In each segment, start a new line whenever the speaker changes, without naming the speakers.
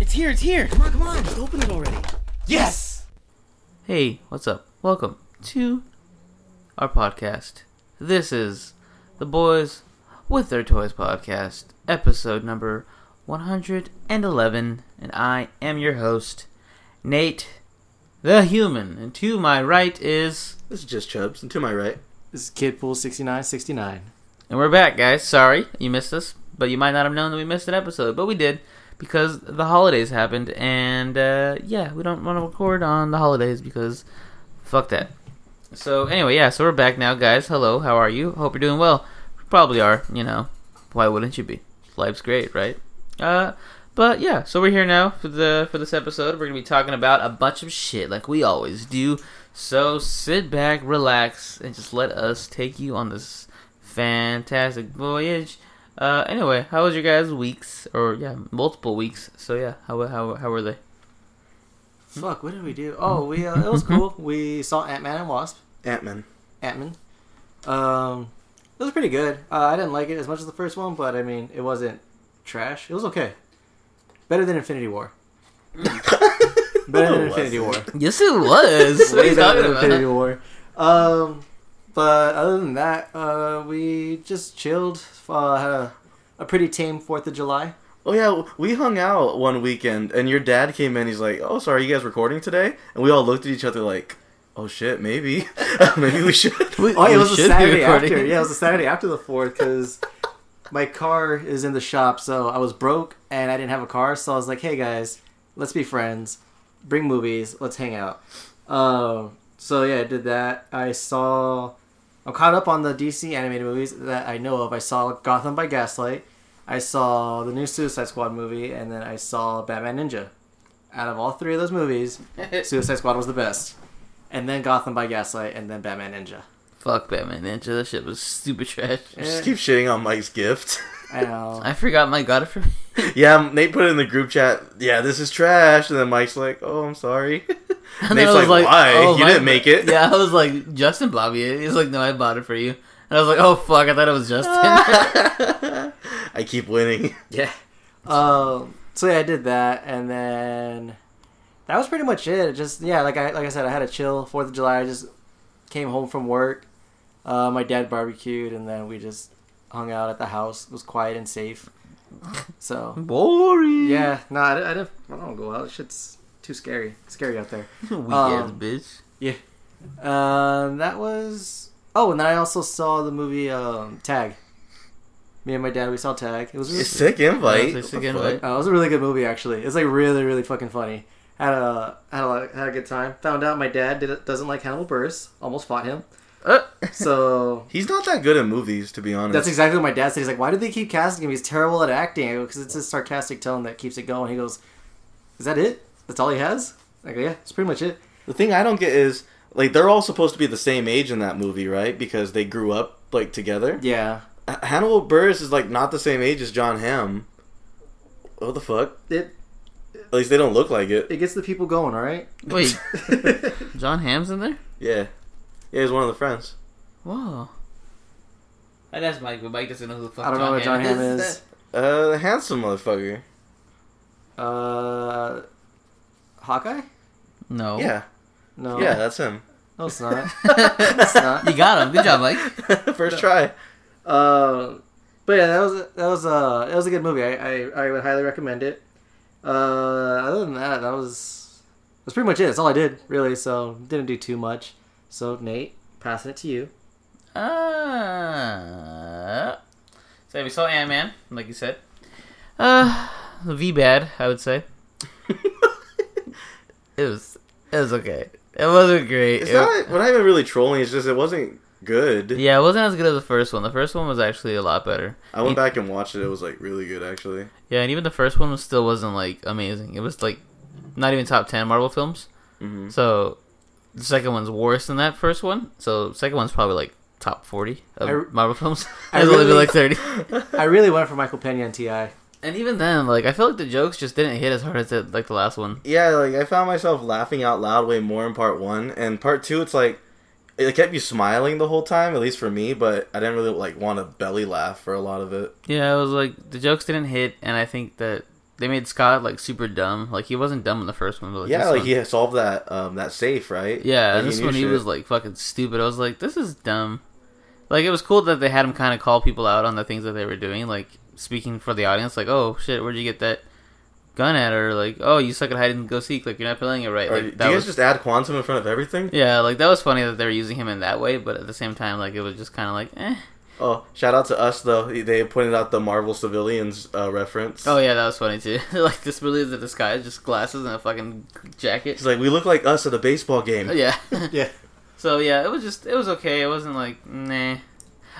It's here, it's here.
Come on, come on, just open it already.
Yes!
Hey, what's up? Welcome to our podcast. This is the Boys with Their Toys podcast, episode number 111, and I am your host, Nate the Human. And to my right is.
This is just Chubbs, and to my right.
This is Kidpool 6969.
And we're back, guys. Sorry you missed us, but you might not have known that we missed an episode, but we did because the holidays happened, and uh, yeah, we don't want to record on the holidays because fuck that. So anyway, yeah, so we're back now, guys. Hello, how are you? Hope you're doing well. You Probably are, you know. Why wouldn't you be? Life's great, right? Uh, but yeah, so we're here now for the for this episode. We're gonna be talking about a bunch of shit, like we always do. So sit back, relax, and just let us take you on this fantastic voyage. Uh, anyway, how was your guys' weeks? Or yeah, multiple weeks. So yeah, how how how were they?
Fuck, what did we do? Oh, we uh, it was cool. We saw Ant Man and Wasp.
Ant Man.
Ant Man. Um, it was pretty good. Uh, I didn't like it as much as the first one, but I mean, it wasn't trash. It was okay. Better than Infinity War. Better
No,
than
it
Infinity War.
wasn't.
Yes, it was. what are
Way better
you talking
than Infinity
about?
War. Um, but other than that, uh, we just chilled. Uh, had a, a pretty tame Fourth of July.
Oh yeah, we hung out one weekend, and your dad came in. He's like, "Oh, so are you guys recording today?" And we all looked at each other like, "Oh shit, maybe, maybe we should."
Oh, yeah, it
We
was a
should be
Saturday
recording.
after. Yeah, it was a Saturday after the fourth because my car is in the shop, so I was broke and I didn't have a car, so I was like, "Hey guys, let's be friends, bring movies, let's hang out." Um, so yeah, I did that. I saw. I'm caught up on the DC animated movies that I know of. I saw Gotham by Gaslight. I saw the new Suicide Squad movie, and then I saw Batman Ninja. Out of all three of those movies, Suicide Squad was the best, and then Gotham by Gaslight, and then Batman Ninja.
Fuck Batman Ninja. That shit was super trash.
Just keep shitting on Mike's gift.
I know.
I forgot my god from.
yeah, um, Nate put it in the group chat. Yeah, this is trash. And then Mike's like, "Oh, I'm sorry."
And
Nate's
I was
like, "Why?
oh,
You
my-
didn't make it."
Yeah, I was like Justin Bobby. He's like, no, I bought it for you. And I was like, oh fuck, I thought it was Justin.
I keep winning.
Yeah. Um. So yeah, I did that, and then that was pretty much it. It Just yeah, like I like I said, I had a chill Fourth of July. I just came home from work. Uh, my dad barbecued, and then we just hung out at the house. It was quiet and safe. So
Boring.
yeah, no, I, I, didn't, I don't go out. Shit's too scary. Scary out there.
Weak ass
Um,
bitch.
Um, that was. Oh, and then I also saw the movie um, Tag. Me and my dad, we saw Tag. It was really
It's sick invite.
Yeah, it's a
What
sick
the
invite.
fuck?
Uh, it was a really good movie, actually. It's like really, really fucking funny. Had a had a had a good time. Found out my dad did, doesn't like Hannibal Buress. Almost fought him.
Uh,
So
He's not that good at movies, to be honest.
that's exactly what my dad said. He's like, "Why do they keep casting him? He's terrible at acting." Because it's his sarcastic tone that keeps it going. He goes, "Is that it? That's all he has?" I go, "Yeah, it's pretty much it."
The thing I don't get is like they're all supposed to be the same age in that movie, right? Because they grew up like together.
Yeah,
H- Hannibal Burris is like not the same age as John Hamm. What the fuck?
it
At least they don't look like it.
it gets the people going. All right.
wait, John Ham's in there.
Yeah, yeah, he's one of the friends.
Whoa. I'd ask Mike, but Mike doesn't know who the fuck
I don't know what John Hamm is.
Uh, the handsome motherfucker.
Uh, Hawkeye?
No.
Yeah,
No.
yeah, that's him.
No, it's not. it's not.
You got him. Good job, Mike.
First try.
Uh, but yeah, that was that was uh that was a good movie. I, I, I would highly recommend it. Uh, other than that, that was that's pretty much it. That's all I did really. So didn't do too much. So Nate, passing it to you.
Uh, so we saw Ant Man, like you said. Uh, V bad, I would say. It was, it was okay. It wasn't great.
It's
It-
not. We're not even really trolling. It's just it wasn't good.
yeah, it wasn't as good as the first one. The first one was actually a lot better.
I went back and watched it. It was like really good actually.
Yeah, and even the first one was still wasn't like amazing. It was like not even top ten Marvel films.
Mhm.
So the second one's worse than that first one. So second one's probably like top forty of
I re-
Marvel films.
I
It's only been
really-
like thirty.
I really went for Michael Pena and Ti.
And even then, like I feel like the jokes just didn't hit as hard as the, like the last one.
Yeah, like I found myself laughing out loud way more in part one, and part two, it's like it kept you smiling the whole time, at least for me. But I didn't really like want a belly laugh for a lot of it.
Yeah, it was like the jokes didn't hit, and I think that they made Scott like super dumb. Like he wasn't dumb in the first one, but like
yeah,
this
like
one-
he had solved that um that safe, right?
yeah.
Like,
this
knew
one he
shit.
was like fucking stupid. I was like, this is dumb. Like it was cool that they had him kind of call people out on the things that they were doing, like speaking for the audience, like, oh shit, where'd you get that gun at, or like, oh you suck at hide and go seek, like you're not playing it right.
Or-
Like
do you
that
guys
was
just add quantum in front of everything?
yeah, like that was funny that they were using him in that way, but at the same time, like it was just kind of like, eh.
Oh, shout out to us though. They pointed out the Marvel civilians uh, reference.
Oh yeah, that was funny too. like this really is a disguise, just glasses and a fucking jacket.
He's like, we look like us at a baseball game.
yeah.
Yeah.
So yeah, it was just it was okay. It wasn't like nah.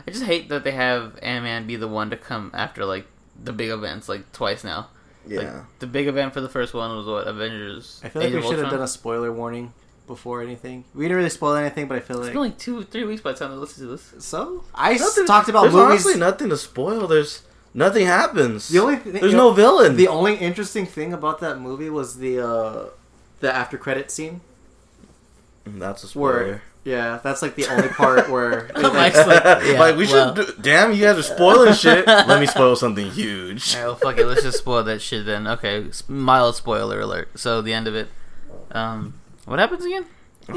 I just hate that they have Ant Man be the one to come after like the big events like twice now.
Yeah.
Like, the big event for the first one was what Avengers.
I feel like
Age
we
of
should have
Ultron?
done a spoiler warning before anything. We didn't really spoil anything, but I feel
It's
like
been like two three weeks by the time they listen to this.
so. I s-
Nothing-
talked about
There's
movies.
honestly nothing to spoil. There's nothing happens.
The only thing-
there's
you
no
know,
villain.
the only interesting thing about that movie was the uh, the after credit scene.
Mm, That's a
Where
spoiler.
yeah, that's like the only part where
Mike's
like,
like, yeah,
we
well.
should. Do, damn, you guys are spoiling shit. Let me spoil something huge.
Alright, well, fuck it. Let's just spoil that shit then. Okay, s- mild spoiler alert. So the end of it. Um, what happens again?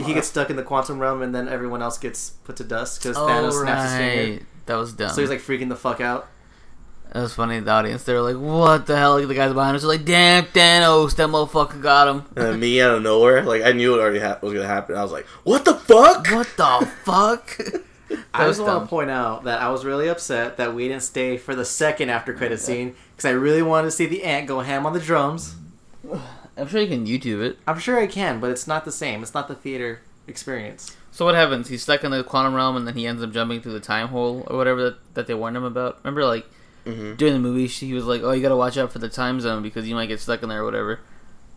he gets stuck in the quantum realm and then everyone else gets put to dust because
Oh,
Thanos snaps his finger.
right. That was dumb.
So he's like freaking the fuck out.
It was funny. The audience, they were like, "What the hell?" Like, the guys behind us are like, "Damn, Thanos, that motherfucker got him."
And then Uh, me out of nowhere, like I knew it already ha- was gonna happen. I was like, "What the fuck?"
what the fuck?
I
That
just
was
want
dumb.
to point out that I was really upset that we didn't stay for the second after credit scene because I really wanted to see the ant go ham on the drums.
I'm sure you can YouTube it.
I'm sure I can, but it's not the same. It's not the theater experience.
So what happens? He's stuck in the quantum realm, and then he ends up jumping through the time hole or whatever that, that they warned him about. Remember, like
Mhm.
during the movie, she he was like, "Oh, you gotta watch out for the time zone because you might get stuck in there or whatever."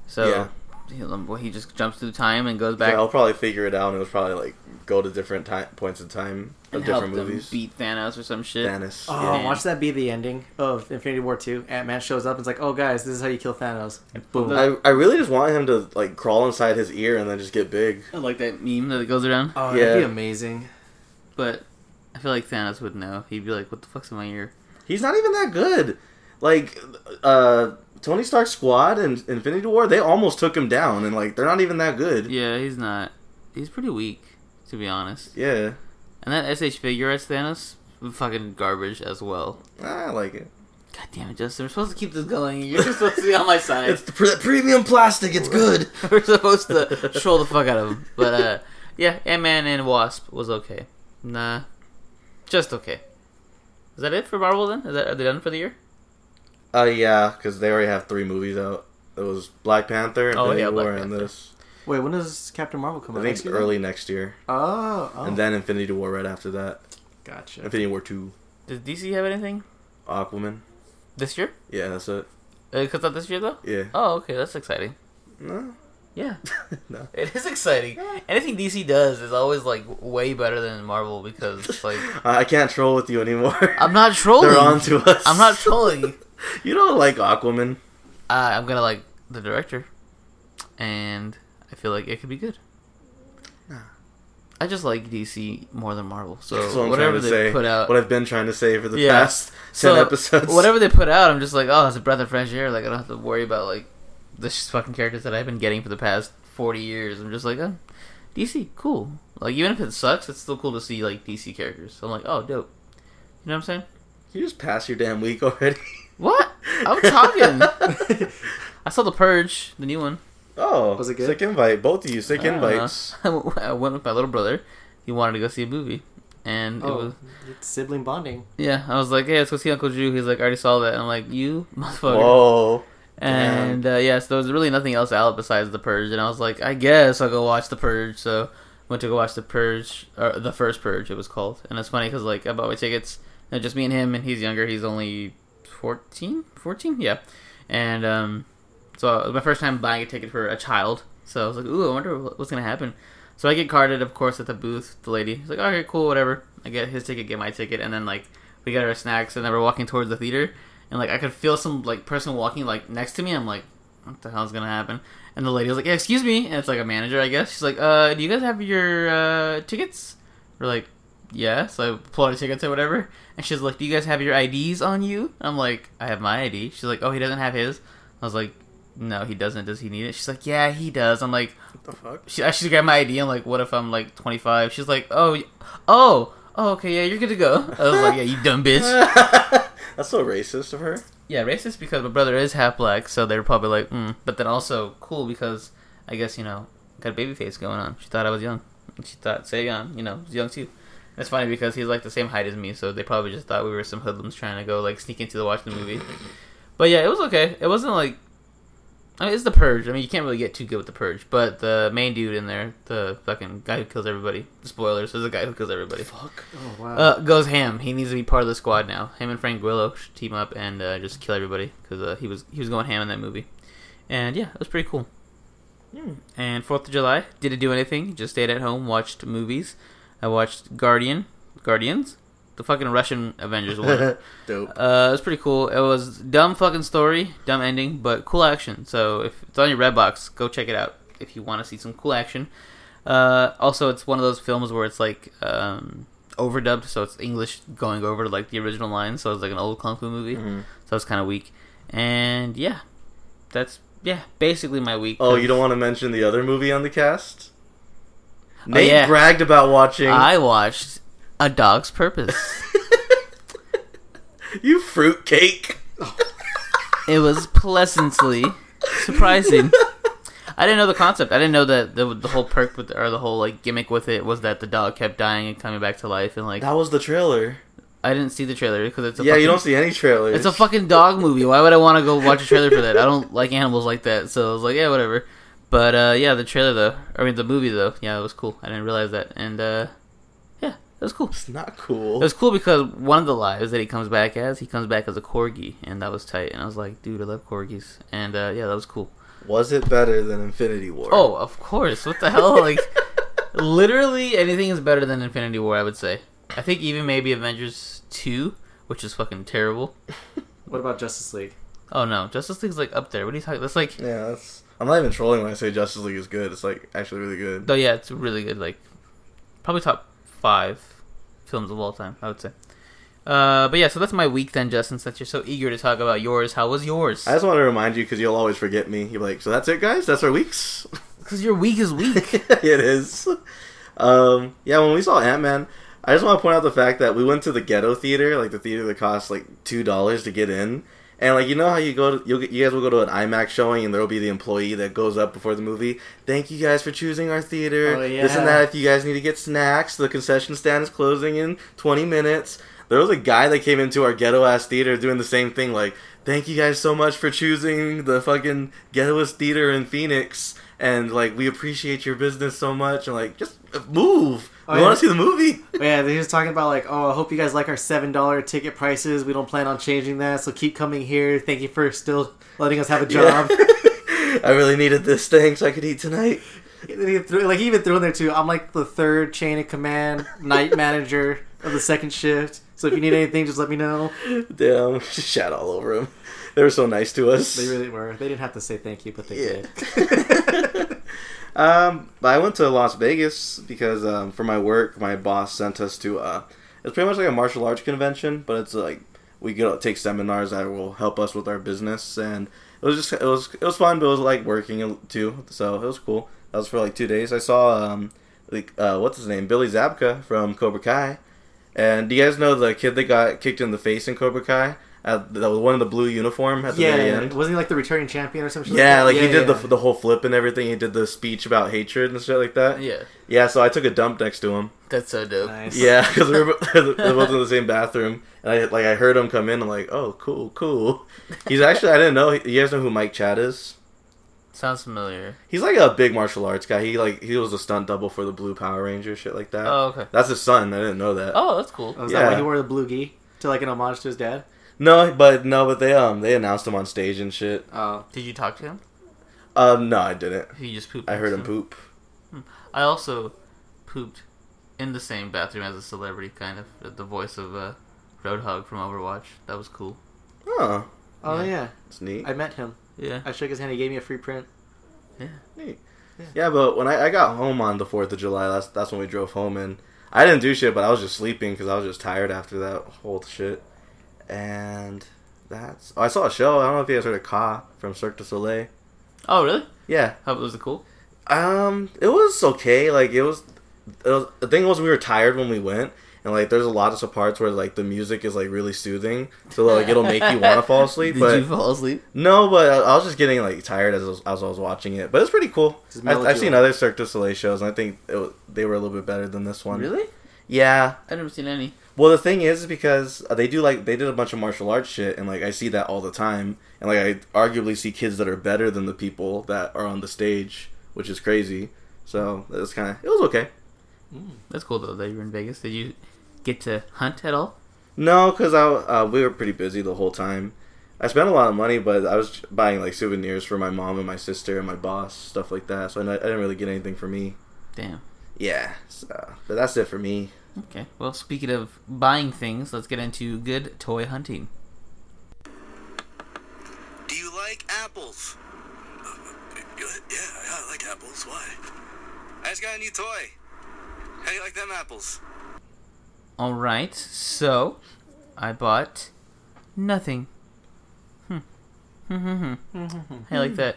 So
Yeah.
he, um, well, he just jumps through time and goes
Yeah,
back.
I'll probably figure it out. And it was probably like go to different time points in time of
and
different
help them
movies.
beat Thanos or some shit.
Thanos.
Oh,
yeah.
watch that be the ending of Infinity War 2. Ant Man shows up and is like, oh, guys, this is how you kill Thanos. And boom.
I, I really just want him to like crawl inside his ear and then just get big.
I like that meme that it goes around.
oh, that'd be
yeah.
amazing.
But I feel like Thanos would know. He'd be like, "What the fuck's in my ear?"
He's not even that good. Like uh Tony Stark's squad and Infinity War, they almost took him down and like they're not even that good. Yeah.
Yeah, he's not. He's pretty weak, to be honest. And that SH figure as Thanos, fucking garbage as well.
I like it.
God damn it, Justin! We're supposed to keep this going. You're just supposed to be on my side.
It's the pre- premium plastic. It's good.
We're supposed to troll the fuck out of him. But uh, yeah, Ant Man and Wasp was okay. Nah, just okay. Is that it for Marvel then? Is that are they done for the year?
Uh yeah, because they already have three movies out. It was Black Panther,
Oh,
Infinity
yeah, Black
War, and
Panther.
this.
Wait, when does Captain Marvel come
I
out?
think
Next
it's
year?
early next year,
Oh, oh.
and then Infinity War right after that.
gotcha.
Infinity War two,
Does DC have anything
Aquaman.
this year?
Yeah, that's it.
Uh, It comes out this year though.
Yeah.
Oh, okay, that's exciting.
No.
Yeah.
no.
It is exciting. Anything DC does is always like way better than Marvel because it's like
I I can't troll with you anymore.
I'm not trolling.
They're on to us.
I'm not trolling.
You don't like Aquaman.
uh, I'm gonna like the director, and I feel like it could be good. I just like DC more than Marvel, so
That's what I'm
whatever
trying to
they
say.
put out,
What I've been trying to say for the
Yeah.
past ten episodes.
whatever they put out, I'm just like, oh, it's a breath of fresh air. Like I don't have to worry about like the sh- fucking characters that I've been getting for the past 40 years. I'm just like, oh, DC, cool. Like even if it sucks, it's still cool to see like DC characters. I'm like, oh, dope. You know what I'm saying?
You just passed your damn week already.
What? I'm talking. I saw The Purge, the new one.
oh,
Was it good?
Sick invite. Both of you. Sick
I don't know.
invites.
I went with my little brother. He wanted to go see a movie, and it was
Oh, it's sibling bonding.
yeah. I was like, "Hey, let's go see Uncle Drew." He's like, "I already saw that." And I'm like, "You motherfucker!"
Whoa.
And uh, yeah, so there was really nothing else out besides The Purge, and I was like, "I guess I'll go watch The Purge." So went to go watch The Purge, or the first Purge, it was called. And it's funny because like I bought my tickets, and just me and him, and he's younger. He's only 14? 14? yeah. And um, so it was my first time buying a ticket for a child. So I was like, "Ooh, I wonder wh- what's gonna happen." So I get carded, of course, at the booth. The lady, she's like, "Okay, cool, whatever." I get his ticket, get my ticket, and then like we got our snacks, and then we're walking towards the theater, and like I could feel some like person walking like next to me. I'm like, "What the hell's gonna happen?" And the lady was like, yeah, "Excuse me," and it's like a manager, I guess. She's like, "Uh, do you guys have your uh, tickets?" We're like, "Yeah." So I pull out our tickets or whatever, and she's like, "Do you guys have your IDs on you?" I'm like, "I have my ID." She's like, "Oh, he doesn't have his." I was like, no, he doesn't. Does he need it? She's like, yeah, he does. I'm like,
What the fuck?
she, I should grab my ID. I'm like, what if I'm like 25? She's like, oh, y- oh, oh, okay, yeah, you're good to go. I was like, yeah, you dumb bitch.
That's so racist of her.
Yeah, racist because my brother is half black, so they were probably like, mm. but then also cool because I guess you know got a baby face going on. She thought I was young. She thought Sayon, you know, was young too. And it's funny because he's like the same height as me, so they probably just thought we were some hoodlums trying to go like sneak into the watch the movie. But yeah, it was okay. It wasn't like I mean, it's the purge. I mean, you can't really get too good with the purge, but the main dude in there, the fucking guy who kills everybody. Spoilers: there's a guy who kills everybody
Fuck.
Oh wow.
uh, goes ham. He needs to be part of the squad now. Him and Frank Grillo should team up and uh, just kill everybody because uh, he was he was going ham in that movie. And yeah, it was pretty cool.
Hmm.
And Fourth of July didn't do anything. Just stayed at home, watched movies. I watched Guardian, Guardians, the fucking Russian Avengers one.
Dope.
Uh, it was pretty cool. It was dumb fucking story, dumb ending, but cool action. So if it's on your Redbox, go check it out if you want to see some cool action. Uh, also, it's one of those films where it's like um, overdubbed, so it's English going over to like the original lines. So it's like an old kung fu movie.
Mhm.
So it's kind of weak. And yeah, that's yeah basically my week.
Oh, you don't want to mention the other movie on the cast? Nate
Oh, yeah.
bragged about watching.
I watched A Dog's Purpose.
you fruitcake.
It was pleasantly surprising. I didn't know the concept. I didn't know that the, the whole perk with or the whole like gimmick with it was that the dog kept dying and coming back to life. And like,
That was the trailer.
I didn't see the trailer because it's a
yeah,
fucking,
you don't see any trailers.
it's a fucking dog movie. Why would I want to go watch a trailer for that? I don't like animals like that. So I was like, yeah, whatever. But uh, yeah, the trailer though, I mean the movie though, yeah, it was cool. I didn't realize that, and uh, yeah, it was cool.
It's not cool.
It was cool because one of the lives that he comes back as, he comes back as a corgi, and that was tight. And I was like, dude, I love corgis, and uh, yeah, that was cool.
was it better than Infinity War?
Oh, of course. What the hell? Like, literally anything is better than Infinity War, I would say. I think even maybe Avengers 2, which is fucking terrible.
what about Justice League?
Oh no, Justice League's like up there. What are you talking? That's like,
Yeah, that's. I'm not even trolling when I say Justice League is good. It's like actually really good.
though, yeah, it's really good. Like, probably top five films of all time, I would say. Uh, but yeah, so that's my week then, Justin. Since you're so eager to talk about yours, how was yours?
I just want to remind you because you'll always forget me. You're like, so that's it, guys. That's our weeks.
Because your week is week.
it is. Um, yeah, when we saw Ant Man, I just want to point out the fact that we went to the ghetto theater, like the theater that costs like two dollars to get in, and like you know how you go, to, you'll get, you guys will go to an IMAX showing, and there will be the employee that goes up before the movie. Thank you guys for choosing our theater.
Oh,
This and
yeah.
that. If you guys need to get snacks, the concession stand is closing in twenty minutes. There was a guy that came into our ghetto ass theater doing the same thing, like, thank you guys so much for choosing the fucking ghettoest theater in Phoenix, and like, we appreciate your business so much. And like, just move.
Oh,
we
yeah.
want to see the movie.
But Oh, yeah, he was talking about like, oh, I hope you guys like our seven dollar ticket prices. We don't plan on changing that, so keep coming here. Thank you for still letting us have a job.
Yeah. I really needed this thing so I could eat tonight.
And then he threw, like he even threw in there too. I'm like the third chain of command, night manager of the second shift. So if you need anything, just let me know.
Damn, just shat all over him. They were so nice to us.
They really were. They didn't have to say thank you, but they
Yeah.
did.
um, but I went to Las Vegas because um, for my work, my boss sent us to. Uh, it's pretty much like a martial arts convention, but it's like we go take seminars that will help us with our business, and it was just it was it was fun, but it was like working too, so it was cool. That was for like two days. I saw um, like uh, what's his name, Billy Zabka from Cobra Kai, and do you guys know the kid that got kicked in the face in Cobra Kai? Uh, that was one in the blue uniform at the
Yeah,
very end.
wasn't he like the returning champion or something?
Yeah, like he
Yeah,
did
yeah.
the the whole flip and everything. He did the speech about hatred and shit like that. Yeah,
yeah,
so I took a dump next to him.
that's so dope.
Nice.
Yeah, because we were we were both in the same bathroom, and I like I heard him come in. I'm like, oh, cool, cool. He's actually I didn't know. You guys know who Mike Chad is?
Sounds familiar.
He's like a big martial arts guy. He like he was a stunt double for the Blue Power Ranger, shit like that.
Oh, okay.
That's his son. I didn't know that.
Oh, that's cool.
Oh, is
Yeah.
that why he wore the blue gi to like an homage to his dad?
No, but no, but they um they announced him on stage and shit.
Oh,
Did you talk to him?
Um, no, I didn't.
He just pooped.
I heard him
poop.
poop.
I also pooped in the same bathroom as a celebrity, kind of. The- The voice of uh, Roadhog from Overwatch. That was cool.
Oh,
oh
Yeah.
yeah.
it's neat.
I met him.
Yeah.
I shook his hand. He gave me a free print.
Neat. Yeah. but when I, I got home on the Fourth of July, that's that's when we drove home, and I didn't do shit, but I was just sleeping because I was just tired after that whole shit. And That's. Oh, I saw a show. I don't know if you guys heard of Ka from Cirque du Soleil.
Oh, really?
Yeah.
How was it cool?
Um, it was okay. Like it was, it was. The thing was, we were tired when we went, and like there's a lot of parts where like the music is like really soothing, so like it'll make you want to fall asleep.
Did
but
you fall asleep?
No, but I, I was just getting like tired as I was, as I was watching it. But it's pretty cool.
Just
I,
mellow
I've
you
seen
out.
other Cirque du Soleil shows, and I think it, wa- they were a little bit better than this one.
Really?
Yeah.
I've never seen any.
Well, the thing is, because they do like they did a bunch of martial arts shit, and like I see that all the time, and like I arguably see kids that are better than the people that are on the stage, which is crazy. So it's kind of it was okay.
That's cool though that you were in Vegas. Did you get to hunt at all?
No, because I uh, we were pretty busy the whole time. I spent a lot of money, but I was buying like souvenirs for my mom and my sister and my boss, stuff like that. So I, I didn't really get anything for me.
Damn.
Yeah, so, but that's it for me.
Okay. Well, speaking of buying things, let's get into good toy hunting.
Do you like apples? Uh, Yeah, yeah, I like apples. Why? I just got a new toy. How do you like them apples?
All right. So, I bought nothing. Hmm. Hmm. Hmm. hmm. I like that.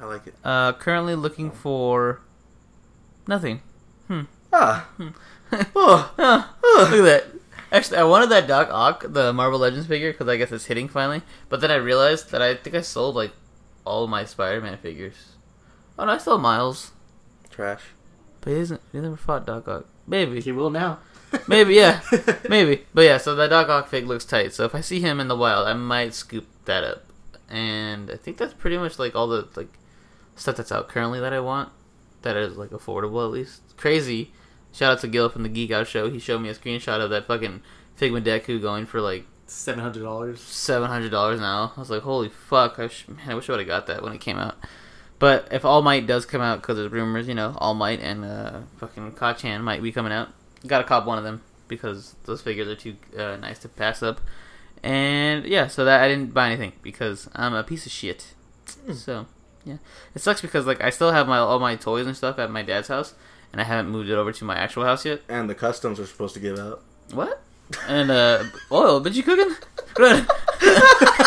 I like it.
Uh, currently looking for nothing.
Ah, oh,
Huh, look at that. Actually, I wanted that Doc Ock, the Marvel Legends figure, because I guess it's hitting finally. But then I realized that I think I sold like all my Spider-Man figures. Oh no, I sold Miles,
trash.
but he isn't. He never fought Doc Ock. Maybe,
He will now.
maybe, yeah, maybe. But yeah, so that Doc Ock fig looks tight. So if I see him in the wild, I might scoop that up. And I think that's pretty much like all the like stuff that's out currently that I want. That is like affordable at least. Crazy. Shout out to Gil from the Geek Out Show. He showed me a screenshot of that fucking Figma Deku going for like
Seven hundred dollars.
seven hundred dollars now. I was like, holy fuck! I sh- man, I wish I would have got that when it came out. But if All Might does come out, because there's rumors, you know, All Might and uh, fucking Kachan might be coming out. Got to cop one of them because those figures are too uh, nice to pass up. And yeah, so that I didn't buy anything because I'm a piece of shit. So yeah, it sucks because like I still have my all my toys and stuff at my dad's house, and I haven't moved it over to my actual house yet.
And the customs are supposed to give out.
What? And uh oil, bitch you cooking? Good.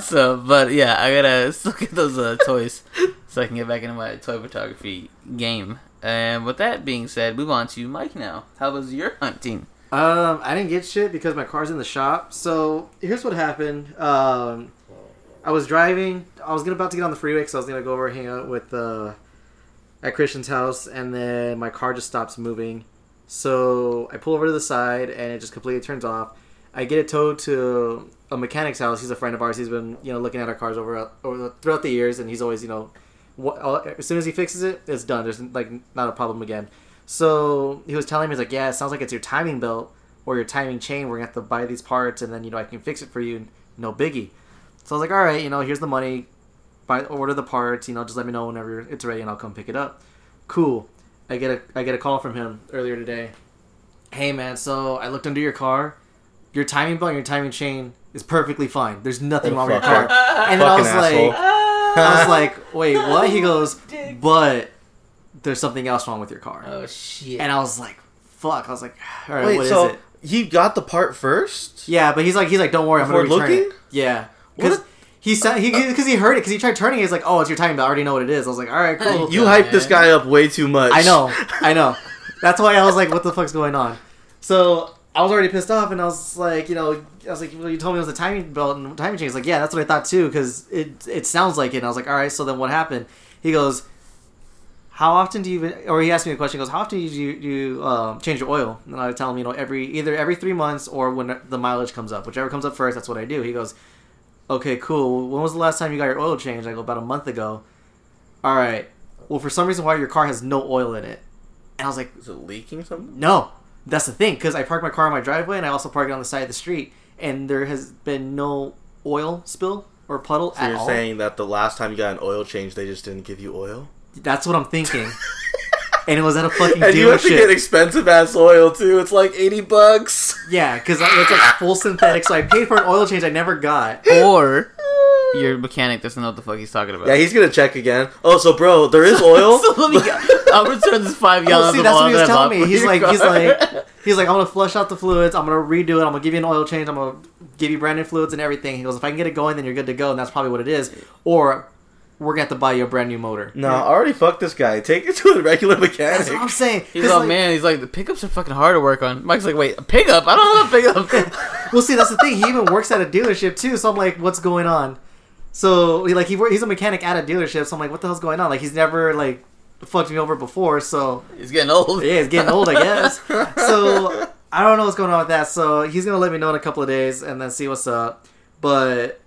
so but yeah, I gotta still get those uh, toys so I can get back into my toy photography game. And with that being said, move on to Mike now. How was your hunting?
Um, I didn't get shit because my car's in the shop. So here's what happened. Um, I was driving. I was gonna about to get on the freeway because I was gonna go over and hang out with uh, at Christian's house, and then my car just stops moving. So I pull over to the side, and it just completely turns off. I get it towed to a mechanic's house. He's a friend of ours. He's been you know looking at our cars over, over the, throughout the years, and he's always you know wha- as soon as he fixes it, it's done. There's like not a problem again. So he was telling me, he's like, yeah, it sounds like it's your timing belt or your timing chain. We're gonna have to buy these parts, and then you know I can fix it for you. No biggie. So I was like, all right, you know, here's the money. Buy, order the parts. You know, just let me know whenever it's ready, and I'll come pick it up. Cool. I get a I get a call from him earlier today. Hey man, so I looked under your car. Your timing belt, and your timing chain is perfectly fine. There's nothing
Oh,
wrong with your car.
fucker.
And then I
Fucking
was
asshole.
like, "Ah, I was like, wait, what? He goes, but there's something else wrong with your car.
Oh shit.
and I was like, fuck. I was like, all right, what
Wait,
is
so
it?
he got the part first?
Yeah, but he's like, he's like, don't worry, I'm gonna
Before
return
looking?
it. Yeah,
What? Uh,
because he said he because he heard it because he tried turning. it. He's like, oh, it's your timing belt. I already know what it is. I was like, all right, cool.
You hyped this guy up way too much.
I know, I know. That's why I was like, what the fuck's going on? So I was already pissed off, and I was like, you know, I was like, well, you told me it was a timing belt and timing chain. He's like, yeah, that's what I thought too, because it it sounds like it. And I was like, all right, so then what happened? He goes, how often do you? Or he asked me the question. He goes, how often do you do you um, change your oil? And I would tell him, you know, every either every three months or when the mileage comes up, whichever comes up first, that's what I do. He goes, okay, cool. When was the last time you got your oil changed? I go about a month ago. All right. Well, for some reason, why your car has no oil in it? And I was like,
Is it leaking something?
no, that's the thing because I park my car on my driveway and I also park it on the side of the street, and there has been no oil spill or puddle
So
at
you're
all.
saying that the last time you got an oil change, they just didn't give you oil?
That's what I'm thinking. and it was at a fucking
And you have to get
dealership.
expensive ass oil too. It's like eighty bucks.
Yeah, 'cause yeah, because it's like full synthetic, so I paid for an oil change I never got.
or your mechanic doesn't know what the fuck he's talking about.
Yeah, he's gonna check again. Oh, so bro, there is oil.
so let me. Get, I'll return this five gallons
Oh, see,
of
that's
oil
what he
that I
was
bought
telling me.
for
He's
your
like, he's
car.
like, he's like, I'm gonna flush out the fluids. I'm gonna redo it. I'm gonna give you an oil change. I'm gonna give you brand new fluids and everything. He goes, if I can get it going, then you're good to go, and that's probably what it is. Or we're gonna have to buy you a brand new motor.
No, I already fucked this guy. Take it to a regular
That's what I'm
mechanic.
saying.
He's
'Cause,
like,
like,
man, he's like, the pickups are fucking hard to work on. Mike's like, wait, a pickup? I don't have a pickup.
Well, see, that's the thing. He even works at a dealership too. So I'm like, what's going on? So he like he wor- he's a mechanic at a dealership. So I'm like, what the hell's going on? Like he's never like fucked me over before. So
he's getting old.
yeah, he's getting old, I guess. So I don't know what's going on with that. So he's gonna let me know in a couple of days and then see what's up. But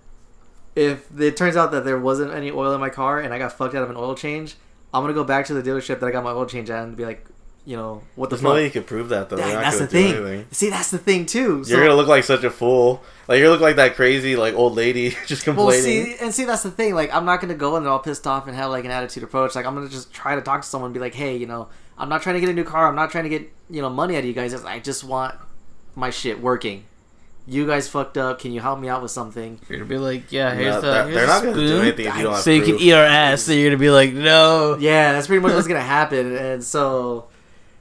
if it turns out that there wasn't any oil in my car and I got fucked out of an oil change, I'm gonna go back to the dealership that I got my oil change at and be like, you know, what the
There's no
fuck?
way you can prove that though. They're
Dang,
not
that's the
gonna
thing.
do anything.
See, that's the thing too. So,
You're gonna look like such a fool. Like you're looking like that crazy like old lady just
well,
complaining.
see, and see, that's the thing. Like, I'm not gonna go in there all pissed off and have like an attitude approach. Like, I'm gonna just try to talk to someone, and be like, hey, you know, I'm not trying to get a new car. I'm not trying to get you know money out of you guys. I just want my shit working. You guys fucked up. Can you help me out with something?
You're gonna be like, yeah,
No,
here's
they're-
the
they're
here's
not
the
gonna do
spoon.
anything if you don't have
So you can
proof.
eat our ass. So you're gonna be like, no.
Yeah, that's pretty much what's gonna happen. And so,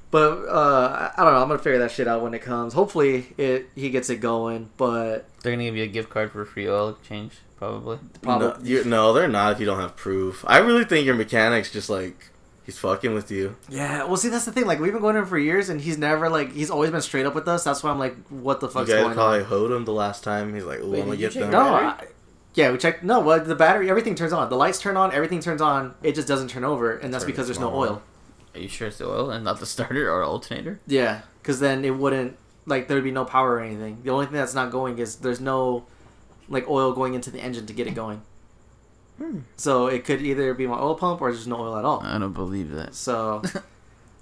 but uh, I I don't know. I'm gonna figure that shit out when it comes. Hopefully, it he gets it going. But
They're gonna give you a gift card for free oil change, probably.
probably.
No, you no, they're not if you don't have proof. I really think your mechanic's just like he's fucking with you.
Yeah, well, see, that's the thing. Like, we've been going in for years, and he's never like he's always been straight up with us. That's why I'm like, what the
You
fuck's
guys
going on?
probably hoed him the last time. He's like, "Ooh,
Wait,
I'm gonna
did you
get
check
them."
No,
battery?
I, yeah, we checked. No, well, the battery, everything turns on. The lights turn on, everything turns on. It just doesn't turn over, and that's
Turn
because
the
there's no
small
oil.
one.
Are you sure it's the oil and not the starter or alternator?
Yeah, because then it wouldn't like there'd be no power or anything. The only thing that's not going is there's no like oil going into the engine to get it going. Hmm. So it could either be my oil pump or there's no oil at all.
I don't believe that.
So,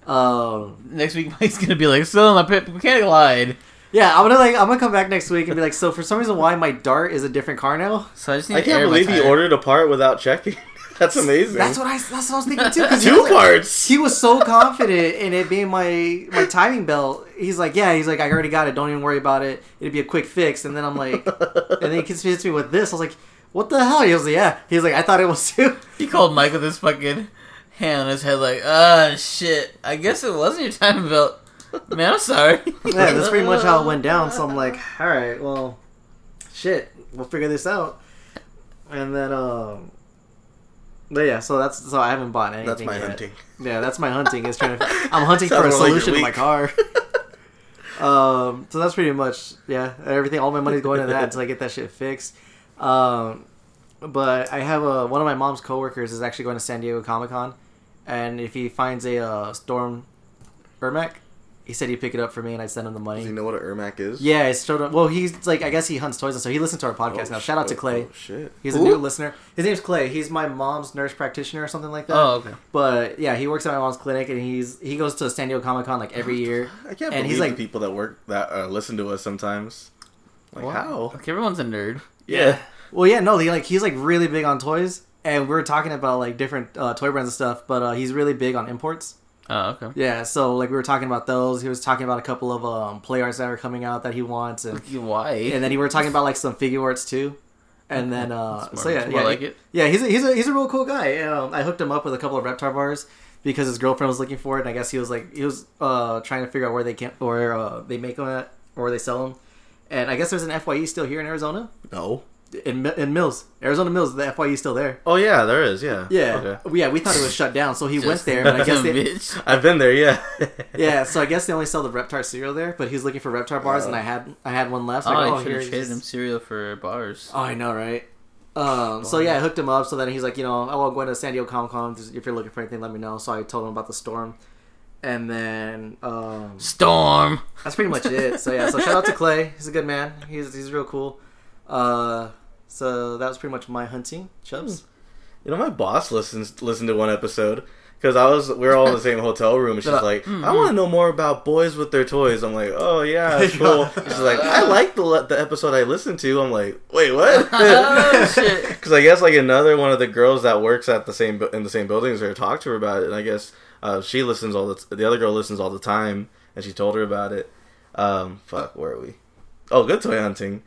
um,
Next week, Mike's gonna be like, so my pe- mechanic lied.
Yeah, I'm gonna like I'm gonna come back next week and be like, so for some reason why my dart is a different car now?
So I just need
I
to
can't
air my
believe he
tire.
ordered a part without checking. That's amazing.
That's what I that's what I was thinking too. 'cause he
Two
was like-
parts.
He was so confident in it being my my timing belt. He's like, yeah. He's like, I already got it. Don't even worry about it. It'd be a quick fix. And then I'm like, and then he hits me with this. I was like, what the hell? He was like, yeah. He's like, I thought it was too.
He called Mike with his fucking hand on his head, like, ah, shit. I guess it wasn't your timing belt. Man, I'm sorry.
Yeah, that's pretty much how it went down. So I'm like, all right, well, shit, we'll figure this out. And then, um, but yeah, so that's so I haven't bought anything.
That's my
yet.
hunting.
Yeah, that's my hunting. Is trying to. I'm hunting for a
Sounds more like
solution to
you're
my car. um, so that's pretty much yeah. Everything, all my money's going to that until I get that shit fixed. Um, but I have a one of my mom's coworkers is actually going to San Diego Comic Con, and if he finds a uh, storm Ermac, he said he'd pick it up for me, and I'd send him the money.
Does he know what an Ermac is?
Yeah, it showed up. Well, he's like, I guess he hunts toys and so he listens to our
Oh,
podcast now. Shout out to
shit.
Clay.
Oh, shit.
He's a
Who?
new listener. His name's Clay. He's my mom's nurse practitioner or something like that.
Oh, okay.
But yeah, he works at my mom's clinic, and he's he goes to San Diego Comic Con like every year.
I can't
And
believe
he's
the
like-
people that work that uh, listen to us sometimes. Like
What?
how?
Okay, everyone's a nerd.
Yeah.
Well, yeah, no, he like he's like really big on toys, and we were talking about like different uh, toy brands and stuff. But uh, he's really big on imports.
Oh, okay.
Yeah, so like we were talking about those. He was talking about a couple of um, play arts that are coming out that he wants, and
Why?
and then he were talking about like some figure arts too. And then uh,
That's
so
more-
yeah,
that's more
yeah,
like it.
yeah, he's a, he's a he's a real cool guy. Um, I hooked him up with a couple of Reptar bars because his girlfriend was looking for it, and I guess he was like he was uh, trying to figure out where they can or uh, they make them at or where they sell them. And I guess there's an Fye still here in Arizona
No.
in Mi- in Mills, Arizona Mills. The Fye still there.
Oh yeah, there is. Yeah.
Yeah,
Okay.
yeah, we thought it was shut down, so he went
Just
there. But I guess
fucking
they,
bitch.
I've been there. Yeah.
yeah, so I guess they only sell the Reptar cereal there. But he was looking for Reptar bars, and I had I had one left.
Uh, Oh,
Like,
I
oh,
should
here,
have traded
just-
him cereal for bars.
Oh, I know, right? Um, so yeah, I hooked him up. So then he's like, you know, oh, I'm going to San Diego Comic Con. If you're looking for anything, let me know. So I told him about the storm, and then um,
Storm.
that's pretty much it. So yeah, so shout out to Clay. He's a good man. He's he's real cool. Uh, so that was pretty much my hunting, Chubs.
You know, my boss listens listened to one episode because I was we were all in the same hotel room, and she's like, mm-hmm. "I want to know more about boys with their toys." I'm like, "Oh yeah, that's cool." And she's like, "I like the le- the episode I listened to." I'm like, "Wait, what?"
oh shit.
Because I guess like another one of the girls that works at the same bu- in the same building as her talked to her about it, and I guess uh, she listens all the t- the other girl listens all the time, and she told her about it. Um, fuck, where are we? Oh, good toy hunting.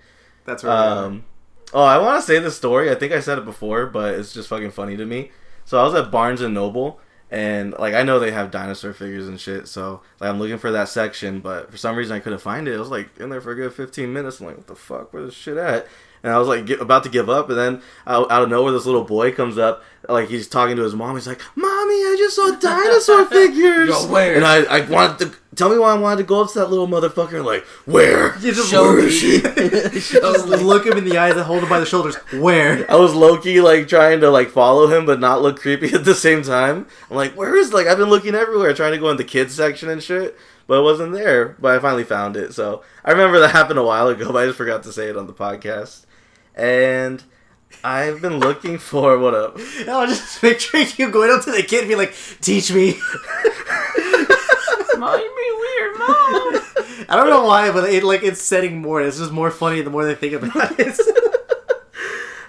That's right.
Um, Oh, I want to say this story. I think I said it before, but it's just fucking funny to me. So I was at Barnes and Noble, and like I know they have dinosaur figures and shit. So like I'm looking for that section, but for some reason I couldn't find it. I was like in there for a good 15 minutes. I'm like, what the fuck? Where's this shit at? And I was like get, about to give up, and then out, out of nowhere, this little boy comes up. Like he's talking to his mom. He's like, "Mommy, I just saw dinosaur figures."
Yo, where?
And I, I wanted to tell me why I wanted to go up to that little motherfucker. Like, where?
You just
Show
look,
Where is she?
just look him in the eyes and hold him by the shoulders. Where?
I was low key like trying to like follow him but not look creepy at the same time. I'm like, where is like I've been looking everywhere trying to go in the kids section and shit, but it wasn't there. But I finally found it. So I remember that happened a while ago, but I just forgot to say it on the podcast. And I've been looking for what up.
I was just picturing you going up to the kid and being like, "Teach me."
Mom, you weird, mom.
I don't know why, but it like it's setting more. It's just more funny the more they think about it.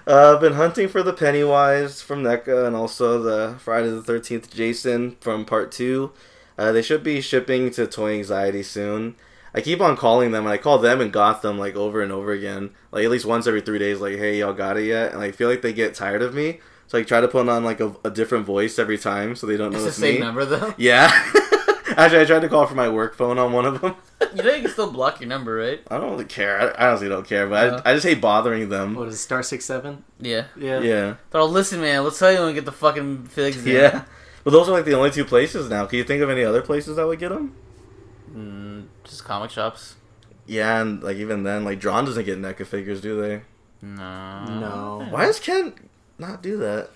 Uh, I've been hunting for the Pennywise from NECA and also the Friday the 13th Jason from Part 2. Uh, they should be shipping to Toy Anxiety soon. I keep on calling them, and I call them and Gotham like over and over again, like at least once every three days. Like, hey, y'all got it yet? And I feel like they get tired of me, so I try to put on like a, a different voice every time, so they don't know
It's
it's,
the same
me.
number though.
Yeah. Actually, I tried to call for my work phone on one of them.
You know you can still block your number, right?
I don't really care. I, I honestly don't care, but
Yeah. Oh,
I, I just hate bothering them.
what is it, Star Six Seven?
Yeah.
Yeah.
Yeah.
They're all listen, man. Let's tell you when we get the fucking figs. in."
Yeah. But those are like the only two places now. Can you think of any other places that would get them?
Mm, just comic shops.
Yeah, and like even then, like Drawn doesn't get NECA figures, do they?
No.
No.
Oh.
Why does Ken not do that?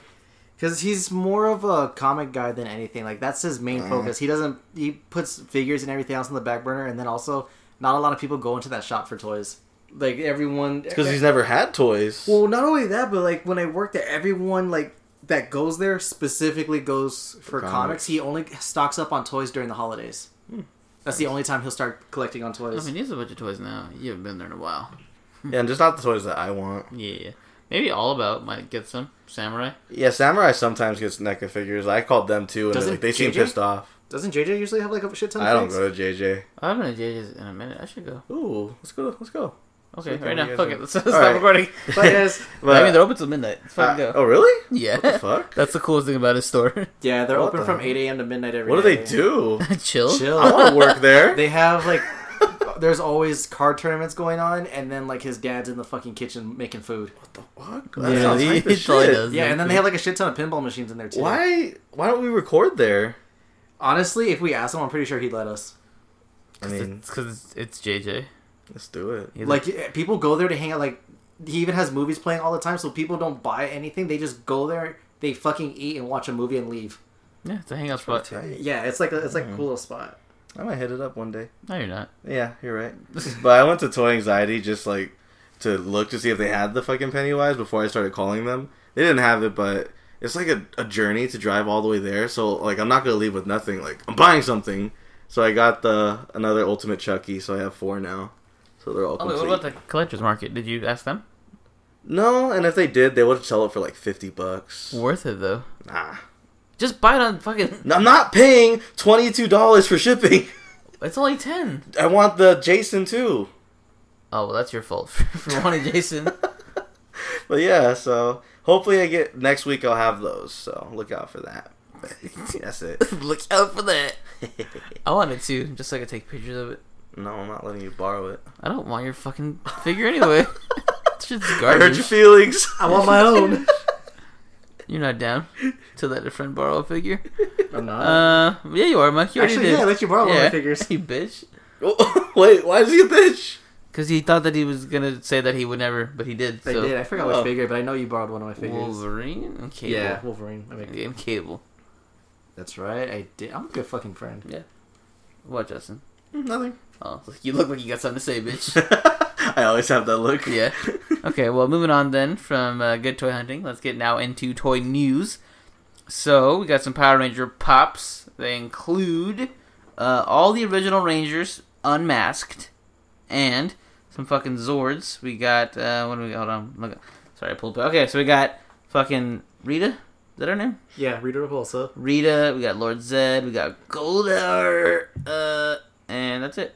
Because he's more of a comic guy than anything. Like that's his main
Mm.
focus. He doesn't. He puts figures and everything else on the back burner, and then also not a lot of people go into that shop for toys. Like everyone,
Because he's never had toys.
Well, not only that, but like when I worked there, everyone like that goes there specifically goes for, comics.
comics.
He only stocks up on toys during the holidays. That's the only time he'll start collecting on
Hmm. I
toys.
mean, there's a bunch of toys now. You haven't been there in a while.
yeah, and just not the toys that I want.
Yeah. Maybe All About might get some. Samurai.
Yeah, Samurai sometimes gets NECA figures. I called them too, and
Doesn't
they, like, they seem
JJ?
pissed off.
Doesn't JJ usually have like a shit ton of
I don't
things?
go to JJ.
I haven't been to JJ's in a minute. I should go.
Ooh, let's go. Let's go.
Okay,
Okay,
right now.
you guys
Fuck
are-
it. Let's stop
All right.
recording.
Bye, guys.
But,
I mean, they're open till midnight. Let's
uh,
fucking go.
oh, really?
yeah.
What the fuck?
That's the coolest thing about his store.
yeah, they're
What
open
the
from
hell?
8 a.m. to midnight every
What do
day.
they do?
Chill.
Chill.
I want to work there.
they have like, there's always card tournaments going on, and then like his dad's in the fucking kitchen making food.
what the fuck?
Yeah,
That sounds
he-
hype as
he totally
shit.
does.
Yeah, and then they have like a shit ton of pinball machines in there too.
Why? Why don't we record there?
Honestly, if we asked him, I'm pretty sure he'd let us.
I mean,
It's because it's, JJ.
let's do it.
He's
like eh, people go there to hang out like he even has movies playing all the time so people don't buy anything they just go there they fucking eat and watch a movie and leave
yeah, it's a hangout spot.
Tight.
yeah it's like a, it's like a cool little spot
I might hit it up one day.
No, you're not.
Yeah, you're right. but I went to Toy Anxiety just like to look to see if they had the fucking Pennywise before I started calling them. They didn't have it, but it's like a, a journey to drive all the way there. So like I'm not gonna leave with nothing. Like I'm buying something. So I got the another Ultimate Chucky. So I have four now. So they're all
Oh, wait,
complete.
what about the collector's market? Did you ask them?
no, and if they did, they would sell it for like fifty bucks.
Worth it though.
Nah,
Just buy it on fucking.
No, I'm not paying twenty two dollars for shipping.
It's only ten.
I want the Jason too.
Oh well, that's your fault for wanting Jason.
But yeah, so hopefully I get next week. I'll have those, so look out for that. But That's it.
Look out for that. I wanted to, just so I could take pictures of it.
no, I'm not letting you borrow it.
I don't want your fucking figure anyway. It's just
I hurt your
garbage.
feelings.
i want my own
You're not down to let a friend borrow a figure.
i'm not
Uh, yeah, you are, Mike. You already
actually
did.
yeah let you borrow one of my figures
you bitch.
Wait, why is he a bitch?
Because he thought that he was gonna say that he would never, but he did.
i
so
did i forgot which
Oh.
figure but i know you borrowed one of my figures
Wolverine and Cable.
yeah wolverine I mean,
and Cable.
that's right i did i'm a good fucking friend
What, Justin?
Nothing.
Oh, you look like you got something to say, bitch.
I always have that look.
Yeah. Okay, well, moving on then from uh, good toy hunting, let's get now into toy news. So, we got some Power Ranger pops. They include uh, all the original Rangers unmasked and some fucking Zords. We got, uh, what do we Hold on. Look, sorry, I pulled back. Okay, so we got fucking Rita. Is that her name?
yeah rita repulsa
Rita. We got Lord Zed. We got Goldar. Uh, and that's it.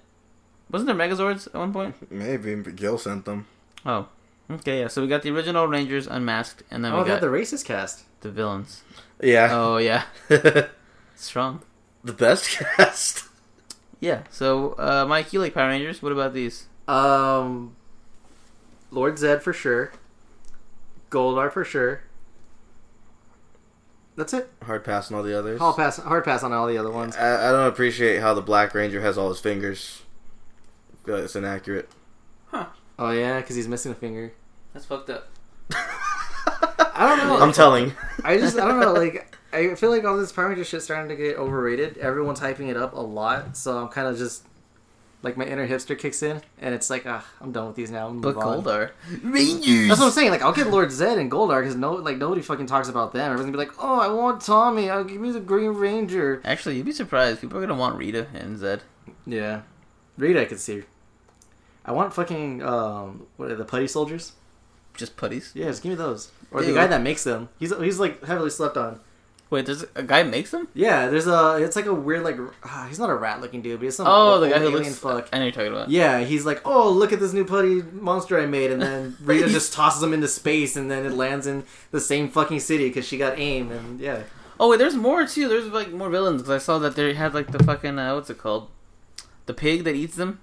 Wasn't there Megazords at one point?
Maybe Gil sent them.
Oh, Okay, yeah. So we got the original Rangers unmasked, and then
Oh,
we
they had
got
the
the...
racist cast.
villains.
Yeah.
Oh yeah,
the
strong.
best cast.
Yeah. So, uh, Mike, you like Power Rangers? What about these?
Um, Lord Zed for sure. Goldar for sure. That's it.
Hard pass on all the others.
Hard pass. Hard pass on all the other ones.
I, I don't appreciate how the Black Ranger has all his fingers. Uh, It's inaccurate.
Oh yeah, because he's missing a finger.
That's fucked up.
I don't know.
I'm telling.
Oh. I just I don't know. Like I feel like all this Power Ranger shit's starting to get overrated. Everyone's hyping it up a lot, so I'm kind of just like my inner hipster kicks in, and it's like ah, I'm done with these now. Move
But
on.
Goldar. Rangers.
That's what I'm saying. Like I'll get Lord Zed and Goldar because no, like nobody fucking talks about them. Everyone's gonna be like, oh, I want Tommy. I'll give me the Green Ranger.
Actually, you'd be surprised. People are gonna want Rita and Zed.
Yeah, Rita, I could see. I want fucking um, what are the putty soldiers?
Just putties.
Yeah, just give me those. Or
Ew.
the guy that makes them. He's he's like heavily slept on.
Wait, there's a guy makes them?
Yeah, there's a. It's like a weird like. Uh, he's not a rat looking dude, but he's some.
Oh,
old
the guy who
alien
looks.
fuck.
I know you're talking about.
Yeah, he's like, oh, look at this new putty monster I made, and then Rita just tosses him into space, and then it lands in the same fucking city because she got aim, and yeah.
Oh wait, there's more too. There's like more villains because I saw that they had like the fucking uh, what's it called, the pig that eats them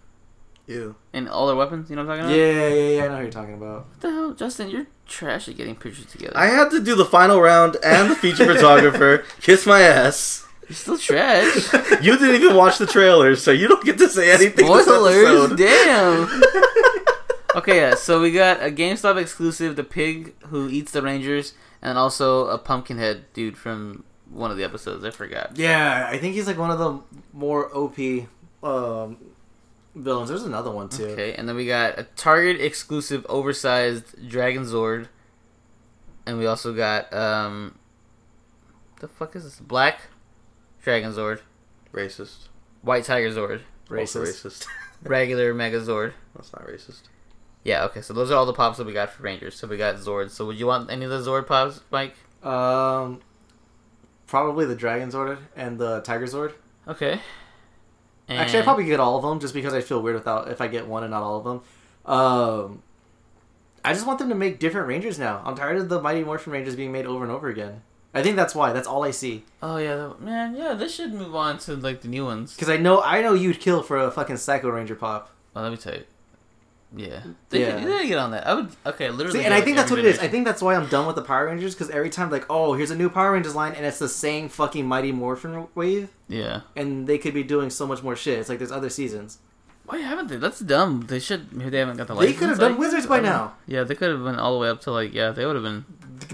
Ew.
and all their weapons. You know what
yeah,
I'm talking about?
yeah, yeah, yeah. I know who you're talking about.
What the hell, Justin? You're trash at getting pictures together.
I had to do the final round and the feature photographer. Kiss my ass.
You're still trash.
You didn't even watch the trailer, so you don't get to say anything. this
Spoilers,
episode.
damn. okay, yeah. So we got a GameStop exclusive, the pig who eats the Rangers, and also a Pumpkinhead dude from one of the episodes. I forgot.
Yeah, I think he's like one of the more OP um, villains. There's another one too.
Okay, and then we got a Target exclusive oversized Dragon Zord, and we also got um, the fuck is this? Black Dragon Zord,
Racist.
White Tiger Zord,
Also
Racist.
racist.
regular Mega Zord.
That's not racist.
Yeah, okay, so those are all the pops that we got for Rangers. So we got Zords. So would you want any of the Zord pops, Mike?
Um, probably the Dragon Zord and the Tiger Zord.
Okay. And
Actually, I probably get all of them just because I feel weird without if I get one and not all of them. Um, I just want them to make different Rangers now. I'm tired of the Mighty Morphin Rangers being made over and over again. I think that's why. That's all I see.
Oh yeah, that- man. Yeah, this should move on to like the new ones.
Because I know, I know you'd kill for a fucking Psycho Ranger pop.
Oh, let me tell you. Yeah, they
Yeah.
Could, they could get on that. I would. Okay, literally.
See, and I think that's what it is. I
think.
think that's why I'm done with the Power Rangers. Because every time, like, oh, here's a new Power Rangers line, and it's the same fucking Mighty Morphin wave,
Yeah.
and they could be doing so much more shit. It's like there's other seasons.
Why haven't they? That's dumb. They should. Maybe they haven't got the.
They
license,
could have
I
done
guess.
Wizards by
I don't-
now.
Yeah, they could have been all the way up to like. Yeah, they would have been.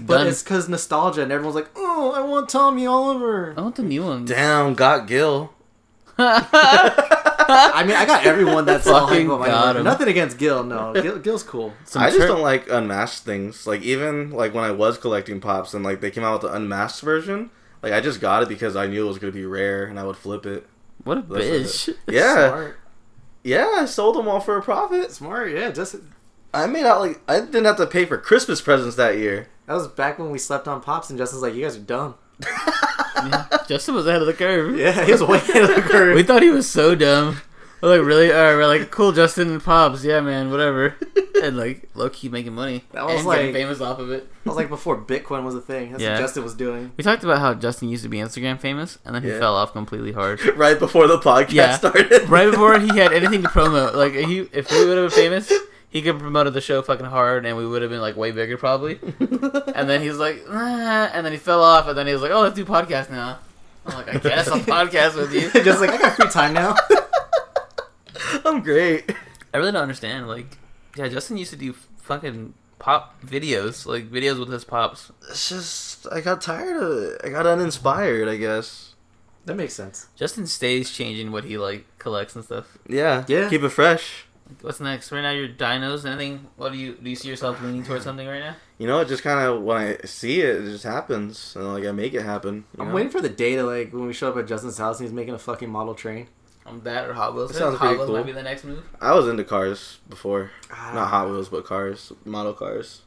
But
done.
it's because nostalgia, and everyone's like, oh, I want Tommy Oliver.
I want the new ones.
Damn, got Gil.
I mean, I got everyone that's all hype
Fucking
about my
got
Morphin.
him.
Nothing against Gil, no. Gil, Gil's cool.
Some
I just
tur-
don't like unmasked things. Like even like when I was collecting pops and like they came out with the unmasked version, like I just got it because I knew it was gonna be rare and I would flip it.
What a
That's
bitch.
Yeah,
Smart.
yeah, I sold them all for a profit.
Smart, yeah. Just
I made out like I didn't have to pay for Christmas presents that year.
That was back when we slept on Pops, and Justin's like, you guys are dumb.
yeah. Justin was ahead of the curve.
Yeah, he was way ahead of the
We
curve.
thought he was so dumb. We're like, really? All right, we're like, cool, Justin and Pops. Yeah, man, whatever. and like, low key making money.
That was
and getting
like-
famous off of it.
That was like before Bitcoin was a thing. That's
Yeah.
what Justin was doing.
We talked about how Justin used to be Instagram famous, and then he
Yeah.
fell off completely hard.
Right before the podcast
Yeah.
started.
right before he had anything to promote. Like he, if we would have been famous, he could have promoted the show fucking hard, and we would have been like way bigger probably. And then he's like, "Ah," and then he fell off, and then he was like, oh, let's do podcast now. I'm like, I guess I'll podcast with you.
Just like, I got free time now.
I'm great.
I really don't understand. Like, yeah, Justin used to do fucking pop videos, like videos with his pops.
It's just I got tired of it. I got uninspired, I guess.
that makes sense.
Justin stays changing what he like collects and stuff.
Yeah.
Yeah.
Keep it fresh.
Like, what's next? Right now, your dinos. Anything? What do you do? You see yourself leaning towards something right now?
You know, it just kind of when I see it, it just happens, and like I make it happen. you
I'm
know?
waiting for the day to, like, when we show up at Justin's house and he's making a fucking model train.
Um, that or Hot Wheels.
That sounds
Hot
pretty
Wheels
cool.
might be the next move.
I was into cars before, not
Ah.
Hot Wheels, but cars, model cars.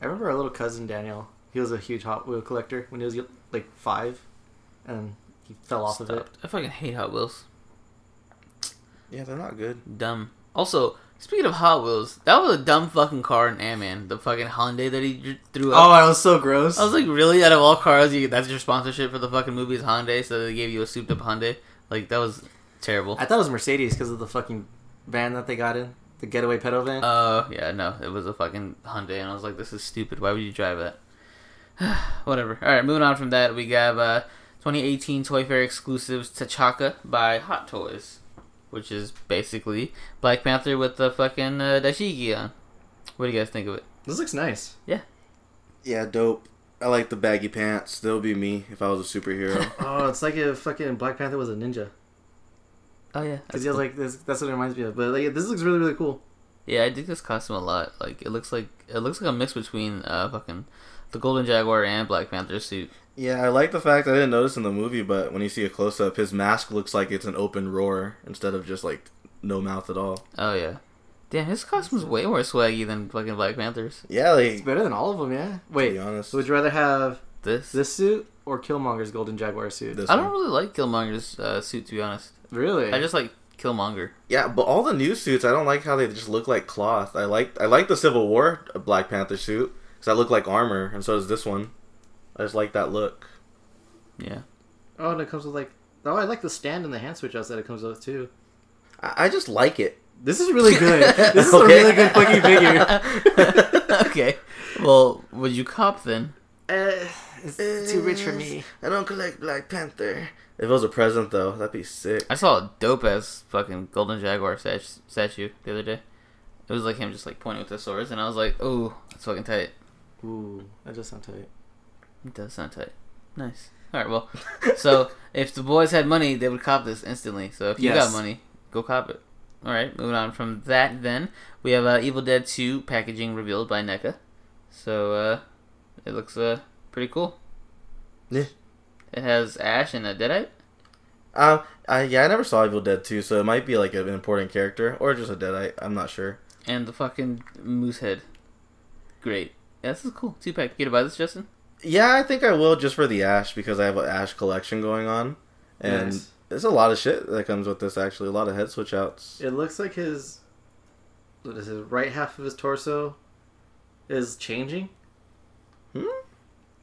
I remember our little cousin, Daniel. He was a huge Hot Wheel collector when he was, like, five, and he fell off of it.
Stopped. I fucking hate Hot Wheels.
Yeah, they're not good.
Dumb. Also, Speaking of Hot Wheels, that was a dumb fucking car in Ant Man. The fucking Hyundai that he dr- threw
Oh,
up.
I was so gross.
I was like, really? Out of all cars, you, that's your sponsorship for the fucking movie is Hyundai, so they gave you a souped up Hyundai. Like that was terrible.
I thought it was Mercedes because of the fucking van that they got in, the getaway pedo van.
Uh, yeah, no, it was a fucking Hyundai, and I was like, this is stupid. Why would you drive that? Whatever. All right, moving on from that, we have uh, 2018 Toy Fair exclusives Tachaka by Hot Toys, which is basically Black Panther with the fucking uh, dashiki on. What do you guys think of it?
this looks nice.
Yeah, dope. I like the baggy pants. That'll be me if I was a superhero.
Oh, it's like if fucking Black Panther was a ninja.
Oh yeah,
Because he has like this. That's what it reminds me of. But like, this looks really really cool.
yeah, I dig this costume a lot. Like it looks like it looks like a mix between uh fucking the Golden Jaguar and Black Panther suit.
yeah, I like the fact I didn't notice in the movie, but when you see a close up, his mask looks like it's an open roar instead of just like no mouth at all.
Oh yeah, damn, his costume's way more swaggy than fucking Black Panther's.
Yeah, like
It's better than all of them, yeah.
to be
Wait,
honest,
so would you rather have
This
this suit or Killmonger's golden jaguar suit?
this
I don't
one.
really like Killmonger's uh, suit, to be honest.
Really?
I just like Killmonger.
Yeah, but all the new suits, I don't like how they just look like cloth. I like I like the Civil War uh, Black Panther suit because that looked like armor, and so does this one. I just like that look.
Yeah.
oh, and it comes with like. Oh, I like the stand and the hand switch outs that it comes with too.
I, I just like it.
This is really good. this is a
Okay.
really good fucking figure.
okay. Well, would you cop then?
Uh, it's too rich for me.
I don't collect Black Panther. If it was a present though, that'd be sick.
I saw a dope ass fucking golden jaguar stat- statue the other day. It was like him just like pointing with the swords, and I was like, "Oh, that's fucking tight."
Ooh, that does sound tight.
It does sound tight. Nice. All right. Well, so if the boys had money, they would cop this instantly. So if you
Yes.
got money, go cop it. All right. Moving on from that, then we have uh, Evil Dead Two packaging revealed by NECA. So uh, it looks uh pretty cool.
Yeah.
It has Ash and a Deadite.
Um, I, yeah, I never saw Evil Dead 2, so it might be like an important character or just a Deadite. I'm not sure.
and the fucking moose head. Great. Yeah, this is cool. Two pack. You gonna buy this, Justin?
Yeah, I think I will just for the Ash because I have an Ash collection going on, and
Nice.
there's a lot of shit that comes with this. Actually, a lot of head switch outs.
It looks like his what is his right half of his torso is changing.
Hmm?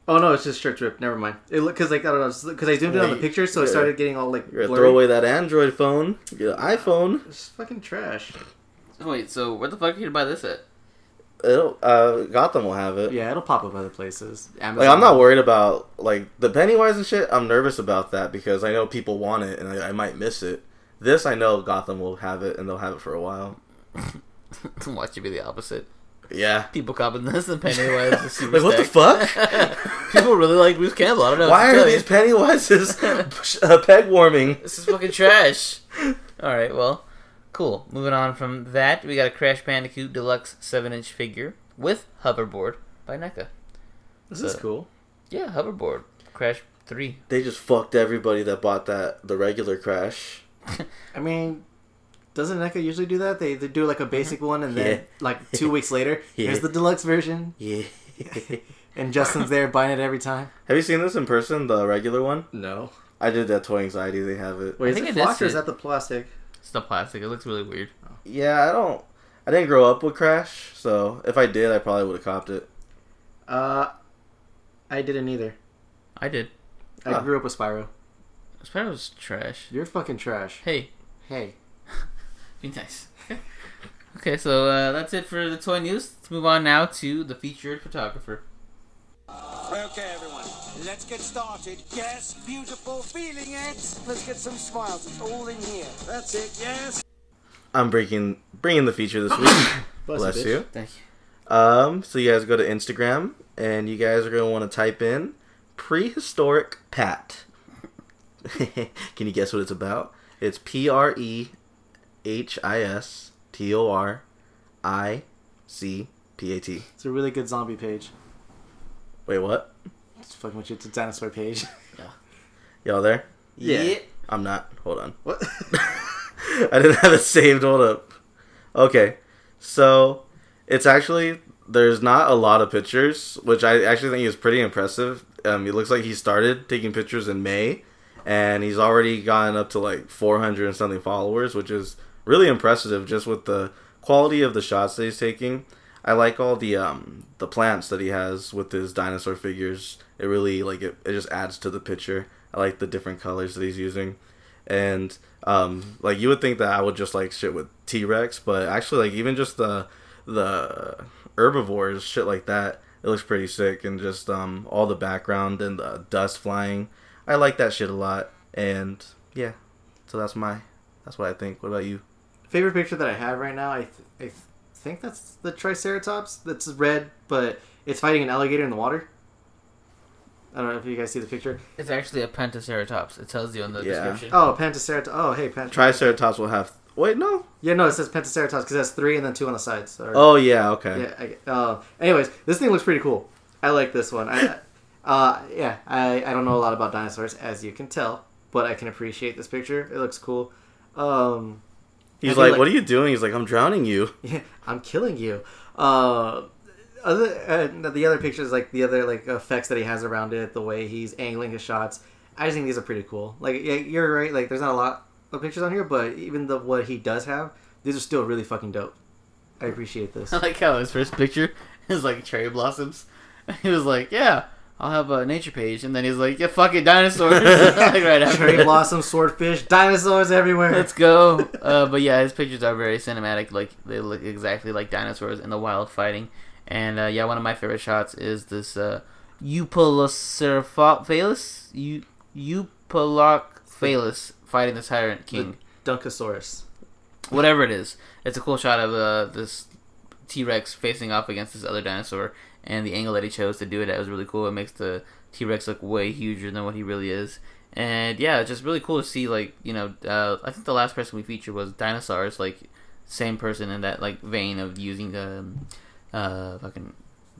Oh no, it's just shirt drip. Never mind. It look because like I don't know because I zoomed in on the
Wait,
picture, so it
yeah.
started getting all like
You're gonna
blurry.
throw away that Android phone, your iPhone.
It's fucking trash.
Oh, wait, so where the fuck are you gonna buy this at?
It'll uh, Gotham will have it.
Yeah, it'll pop up other places. Amazon.
Like I'm not worried about like the Pennywise and shit. I'm nervous about that because I know people want it and I, I might miss it. This I know Gotham will have it and they'll have it for a while.
Watch it be the opposite.
Yeah.
People copping this and Pennywise is super
Like what the
stacked.
fuck?
People really like Bruce Campbell. I don't know.
Why
what to
are
tell you.
these Pennywises uh, peg warming?
This is fucking trash. All right, well, cool. Moving on from that, we got a Crash Bandicoot Deluxe 7 inch figure with hoverboard by NECA.
This is cool.
Yeah, hoverboard. Crash 3.
They just fucked everybody that bought that the regular Crash.
I mean, doesn't NECA usually do that? They, they do like a basic one, and
Yeah.
then like two weeks later,
Yeah.
here's the deluxe version,
Yeah.
and Justin's there buying it every time.
have you seen this in person? The regular one.
No,
I did that toy anxiety. They have it.
wait,
I
is
think
it
I did
flocked
see
or is
it.
that the plastic?
It's the plastic. It looks really weird.
Yeah, I don't. I didn't grow up with Crash, so if I did, I probably would have copped it.
Uh, I didn't either.
I did.
I
Huh.
grew up with Spyro.
This part was trash.
You're fucking trash.
Hey,
Hey.
Be nice. okay, so uh, that's it for the toy news. Let's move on now to the featured photographer.
Okay, everyone, let's get started. Yes, beautiful, feeling it. Let's get some smiles. It's all in here. That's it, yes.
I'm breaking bringing the feature this week. Bless
bitch.
you.
Thank you.
Um, so you guys go to Instagram and you guys are gonna want to type in prehistoric Pat. Can you guess what it's about? It's P R E H I S T O R I C P A T.
It's a really good zombie page.
Wait, what?
It's fucking with you. It's a dinosaur page.
Y'all there?
Yeah.
I'm not. Hold on.
What?
I didn't have it saved. Hold up. Okay, so it's actually there's not a lot of pictures, which I actually think is pretty impressive. Um, it looks like he started taking pictures in May, and he's already gotten up to like 400 and something followers, which is really impressive just with the quality of the shots that he's taking. I like all the um the plants that he has with his dinosaur figures. It really like it, it just adds to the picture. I like the different colors that he's using. And um like you would think that I would just like shit with T Rex, but actually like even just the the herbivores, shit like that, it looks pretty sick and just um all the background and the dust flying. I like that shit a lot. And yeah. So that's my that's what I think. What about you?
favorite picture that I have right now, I, th- I th- think that's the Triceratops. That's red, but it's fighting an alligator in the water. I don't know if you guys see the picture.
It's actually a Pentaceratops. It tells you in the
Yeah.
description.
Oh, Pentaceratops. Oh, hey, Pent.
Triceratops will have Wait, no.
yeah, no, it says Pentaceratops because that's three and then two on the sides. So-
Oh yeah, okay.
Yeah. I, uh, anyways, this thing looks pretty cool. I like this one. I, uh, yeah, I, I don't know a lot about dinosaurs, as you can tell, but I can appreciate this picture. It looks cool. Um, I
He's
do
like,
like-
"What are you doing?" He's like, "I'm drowning you."
Yeah, I'm killing you. Uh, other uh, the other pictures, like the other like effects that he has around it, the way he's angling his shots. I just think these are pretty cool. Like, yeah, you're right. Like, there's not a lot of pictures on here, but even the what he does have, these are still really fucking dope. I appreciate this.
I like how his first picture is like cherry blossoms. He was like, "Yeah, I'll have a nature page," and then he's like, "Yeah, fucking dinosaurs!" like right after
Cherry
it.
blossom, swordfish, dinosaurs everywhere.
Let's go. Uh, but yeah, his pictures are very cinematic. Like they look exactly like dinosaurs in the wild fighting. And uh, yeah, one of my favorite shots is this uh, Eupelocerphalus, Eu- Eupelocphalus fighting the tyrant king
Dunkosaurus.
whatever it is. It's a cool shot of uh, this T Rex facing off against this other dinosaur, and the angle that he chose to do it at was really cool. It makes the T Rex look way huger than what he really is. And yeah, it's just really cool to see, like, you know, uh, I think the last person we featured was dinosaurs, like, same person in that, like, vein of using, um, uh, fucking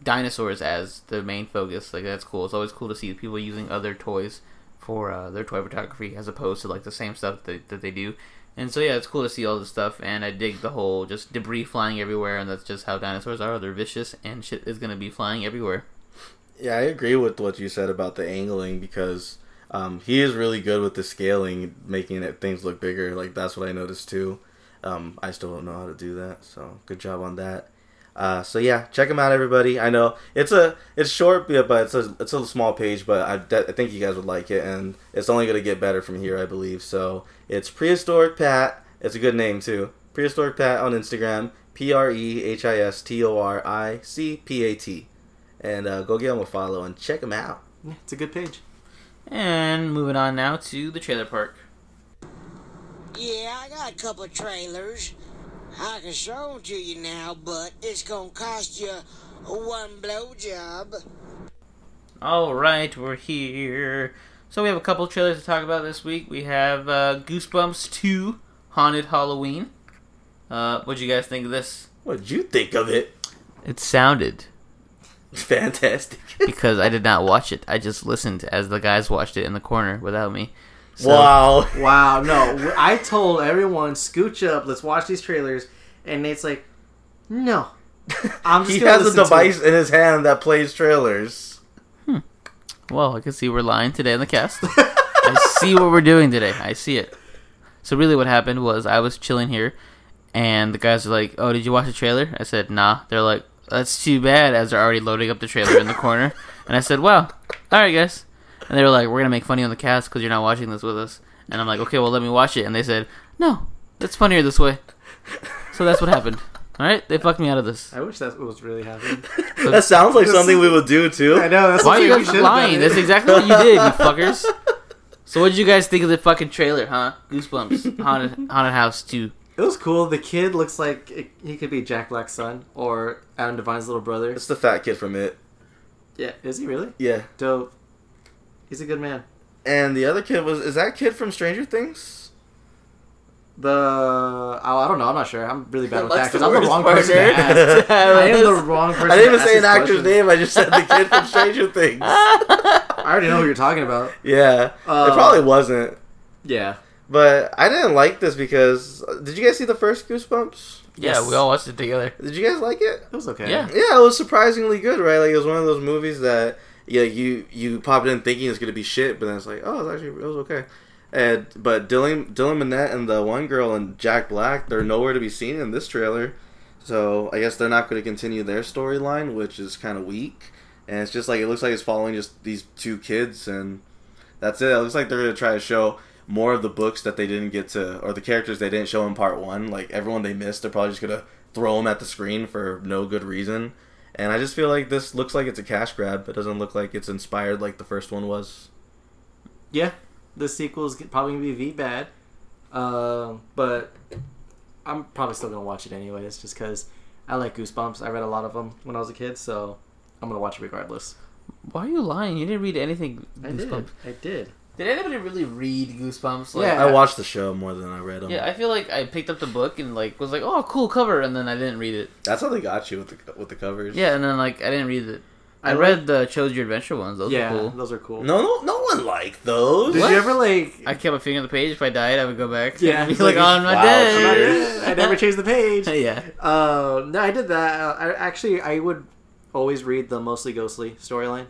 dinosaurs as the main focus. Like, that's cool. It's always cool to see people using other toys for uh, their toy photography as opposed to, like, the same stuff that, that they do. And so yeah, it's cool to see all this stuff, and I dig the whole just debris flying everywhere, and that's just how dinosaurs are. They're vicious, and shit is gonna be flying everywhere.
Yeah, I agree with what you said about the angling because um, he is really good with the scaling, making it things look bigger. Like that's what I noticed too. Um, I still don't know how to do that, so good job on that. Uh, so yeah, check him out, everybody. I know it's a it's short, yeah, but it's a it's a small page, but I, de- I think you guys would like it, and it's only gonna get better from here, I believe. So it's prehistoric Pat. It's a good name too. Prehistoric Pat on Instagram. P R E H I S T O R I C P A T and uh, go give him a follow and check him out.
Yeah, it's a good page.
And moving on now to the trailer park.
Yeah, I got a couple of trailers. I can show 'em to you now, but it's gonna cost you one blowjob.
All right, we're here. So we have a couple trailers to talk about this week. We have uh, Goosebumps Two: Haunted Halloween. Uh, what'd you guys think of this?
What'd you think of it?
It sounded
Fantastic.
because I did not watch it. I just listened as the guys watched it in the corner without me. So,
wow.
Wow, no, I told everyone scooch up. Let's watch these trailers, and Nate's like, no. I'm just
He
gonna
has a
listen to
device
it.
in his hand that plays trailers.
Well, I can see we're lying today on the cast. I see what we're doing today. I see it. So really, what happened was I was chilling here, and the guys were like, "Oh, did you watch the trailer?" I said, "Nah." They're like, "That's too bad," as they're already loading up the trailer in the corner. And I said, "Well, all right, guys." And they were like, "We're gonna make funny on the cast because you're not watching this with us." And I'm like, "Okay, well, let me watch it." And they said, "No, it's funnier this way." So that's what happened. All right, they fucked me out of this.
I wish that was really happening.
That sounds like something we would do
I
too.
know. That's
Why are
something
you
we
guys
should have
lying?
done.
That's exactly what you did, you fuckers. So what did you guys think of the fucking trailer, huh? Goosebumps, haunted, haunted house two.
It was cool. The kid looks like it, he could be Jack Black's son or Adam Devine's little brother.
It's the fat kid from it.
Yeah, is he really
Yeah.
dope? He's a good man.
And the other kid was is that kid from Stranger Things?
The oh, I don't know. I'm not sure. I'm really bad with
That's
actors.
the
I'm the
worst
wrong
part,
person. To
dude.
ask. I am the wrong person.
I didn't
to
even
ask
say an
this
actor's
question.
name. I just said the kid from Stranger Things.
I already know who you're talking about.
Yeah, it
Uh,
probably wasn't.
Yeah,
But I didn't like this because uh, did you guys see the first Goosebumps?
Yeah, we all watched it together.
Did you guys like it?
it was okay.
Yeah.
Yeah, it was surprisingly good, right? Like it was one of those movies that yeah, you you pop it in thinking it's gonna be shit, but then it's like, oh, it's actually it was okay. And but Dylan Dylan Minnette and the one girl and Jack Black, they're nowhere to be seen in this trailer. So I guess they're not going to continue their storyline, which is kind of weak. And it's just like it looks like it's following just these two kids, and that's it. It looks like they're going to try to show more of the books that they didn't get to, or the characters they didn't show in part one. Like everyone they missed, they're probably just going to throw them at the screen for no good reason. And I just feel like this looks like it's a cash grab. It doesn't look like it's inspired like the first one was.
Yeah, the sequel is probably gonna be V bad, um, but I'm probably still gonna watch it anyways, just because I like Goosebumps. I read a lot of them when I was a kid, so I'm gonna watch it regardless.
Why are you lying? You didn't read anything. Goosebumps.
I did.
Did anybody really read Goosebumps? Like,
Yeah.
I watched the show more than I read them.
Yeah, I feel like I picked up the book and like was like, oh, cool cover, and then I didn't read it.
That's how they got you with the with the covers.
Yeah, and then like I didn't read it. I,
I like-
read the Chose Your Adventure ones. Those
yeah,
were cool.
those are cool.
No, no, no one liked those.
Did you ever like?
I kept a finger on the page. If I died, I would go back.
Yeah,
and be
it's
like,
like,
on my
wow,
I'm not-
dead.
I never changed the page.
yeah,
Uh, no, I did that. Uh, I actually I would always read the mostly ghostly storyline.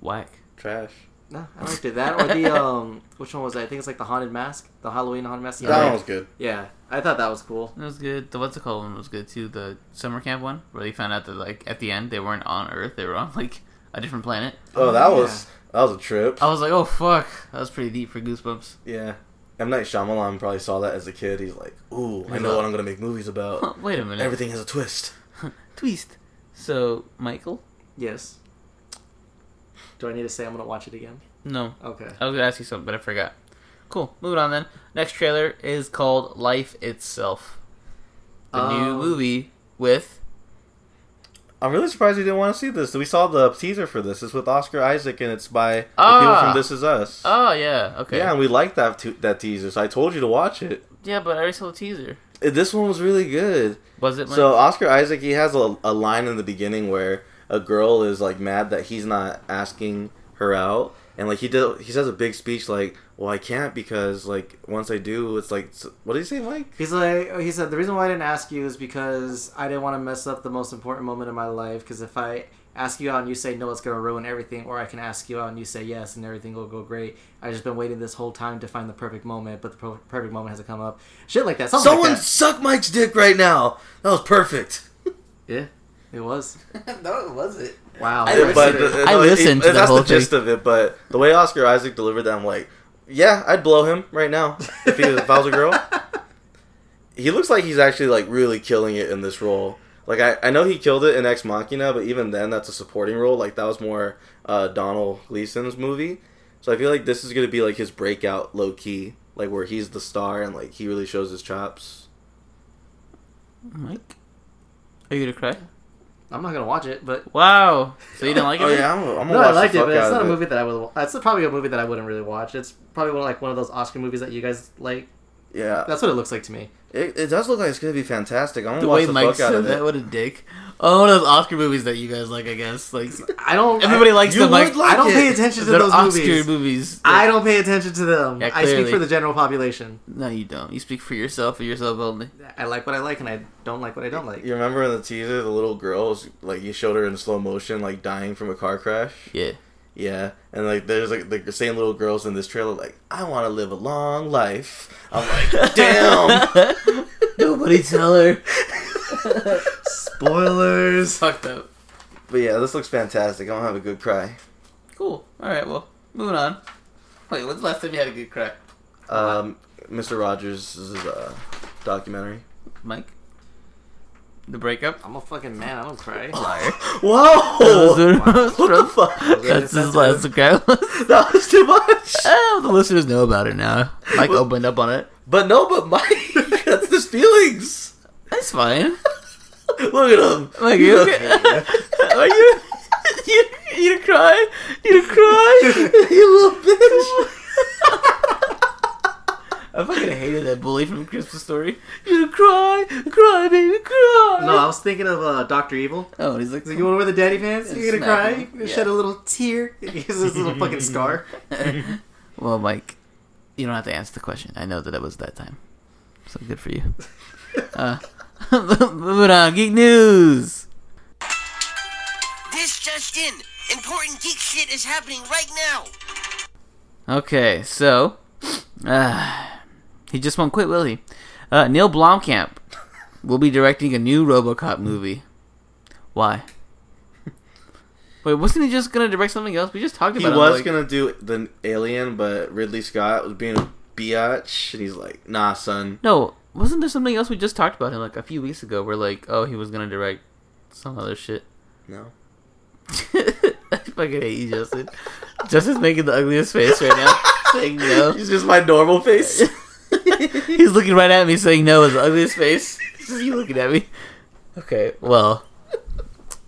whack.
Trash.
No, I liked it. That or the um, which one was that? I think it's like the haunted mask, the Halloween haunted mask.
That one was good.
Yeah, I thought that was cool.
That was good. The what's it called one was good too. The summer camp one, where they found out that like at the end they weren't on Earth, they were on like a different planet.
Oh, that was that was a trip.
I was like, oh fuck, that was pretty deep for Goosebumps.
Yeah. M Night Shyamalan probably saw that as a kid. He's like, "Ooh, I know what I'm gonna make movies about.
Oh, Wait a minute,
Everything has a twist."
twist. So Michael,
Yes. Do I need to say I'm gonna watch it again?
no,
Okay.
I was gonna ask you something, but I forgot. Cool. Moving on then. Next trailer is called Life Itself. The new
Um,
movie with
I'm really surprised you didn't want to see this. We saw the teaser for this. It's with Oscar Isaac, and it's by the people
Ah.
from This Is Us.
Oh yeah, okay.
Yeah,
Yeah,
and we liked that t- that teaser, so I told you to watch it.
but I already saw the teaser.
Uh, This one was really good.
Was it Mike?
So Oscar Isaac, he has a, a line in the beginning where a girl is like mad that he's not asking her out, and like he did, he says a big speech like, "Well, I can't because like once I do, it's like s- what did he say, Mike?
He's like, he said, the reason why I didn't ask you is because I didn't want to mess up the most important moment in my life. Because if I ask you out and you say no, it's gonna ruin everything. Or I can ask you out and you say yes, and everything will go great. I just been waiting this whole time to find the perfect moment, but the per- perfect moment hasn't come up. Shit like that. Something
Someone
like that.
suck Mike's dick right now. That was perfect."
Yeah, it was.
no, it wasn't.
Wow.
I listened-
But
I
uh, no, it-
listened
it-
to the
that's
whole
the
thing.
gist of it. But the way Oscar Isaac delivered that, I'm like, yeah, I'd blow him right now if he was, if I was a girl. He looks like he's actually like really killing it in this role. Like I, I know he killed it in Ex Machina, but even then, that's a supporting role. Like that was more uh, Donald Gleason's movie. So I feel like this is gonna be like his breakout, low key, like where he's the star and like he really shows his chops. uh,
Mike? Are you gonna cry?
I'm not gonna watch it, but
Wow. So you didn't like it?
Oh yeah, I'm, I'm gonna
no,
watch
I liked
the
it.
fuck
But it's
out
not a
of it.
movie that I would. It's probably a movie that I wouldn't really watch. It's probably one of, like one of those Oscar movies that you guys like.
Yeah,
That's what it looks like to me.
it, it does look like it's gonna be fantastic. I'm gonna
The
watch
way
the
Mike
fuck out
said
of it.
that, what a dick. Oh, one of those Oscar movies that you guys like, I guess. Like
I don't.
everybody
I,
likes
you
them.
would
Like,
like
I don't
it.
pay attention to
they're
those
Oscar
movies.
movies.
I don't pay attention to them.
Yeah,
I speak
clearly.
for the general population.
No, you don't. You speak for yourself or yourself only.
I like what I like, and I don't like what I don't like.
You remember in the teaser, the little girl was like you showed her in slow motion, like dying from a car crash.
Yeah.
Yeah, and like there's like the same little girls in this trailer, like I want to live a long life. I'm like, damn.
Nobody tell her.
Spoilers.
Fucked up.
But yeah, this looks fantastic. I'm gonna have a good cry.
Cool. All right. Well, moving on. Wait, when's the last time you had a good cry,
Um, Mr. Rogers this is a documentary.
Mike? The breakup.
I'm a fucking man. I don't cry.
Whoa, what the fuck?
That's his last cry.
That was too much.
oh, the listeners know about it now. Mike opened up on it.
But no, but Mike, that's his feelings.
That's fine.
Look at him.
Mike, you okay? Are you? You you cry? You cry?
you little bitch.
I fucking hated that bully from Christmas Story. You cry, cry, baby, cry.
No, I was thinking of uh, Doctor Evil.
Oh, and he's like,
Like, you want to wear the daddy pants?
And
You're gonna
smack
cry?
him. Yeah.
Shed a little tear? Here's this little fucking scar.
Well, Mike, you don't have to answer the question. I know that it was that time. So good for you. uh, moving on, geek news.
This just in. Important geek shit is happening right now.
Okay, so uh, he just won't quit, will he? Uh, Neil Blomkamp will be directing a new RoboCop movie. Why? Wait, wasn't he just gonna direct something else? We just talked
He
about. it,
was
like-
gonna do the Alien, but Ridley Scott was being a biatch, and he's like, "Nah, son."
No, wasn't there something else we just talked about him like a few weeks ago? Where like, oh, he was gonna direct some other shit.
No.
I fucking hate you, Justin. Justin's making the ugliest face right now, saying no.
He's just my normal face.
He's looking right at me, saying no is the ugliest face. It's just you looking at me. Okay, well,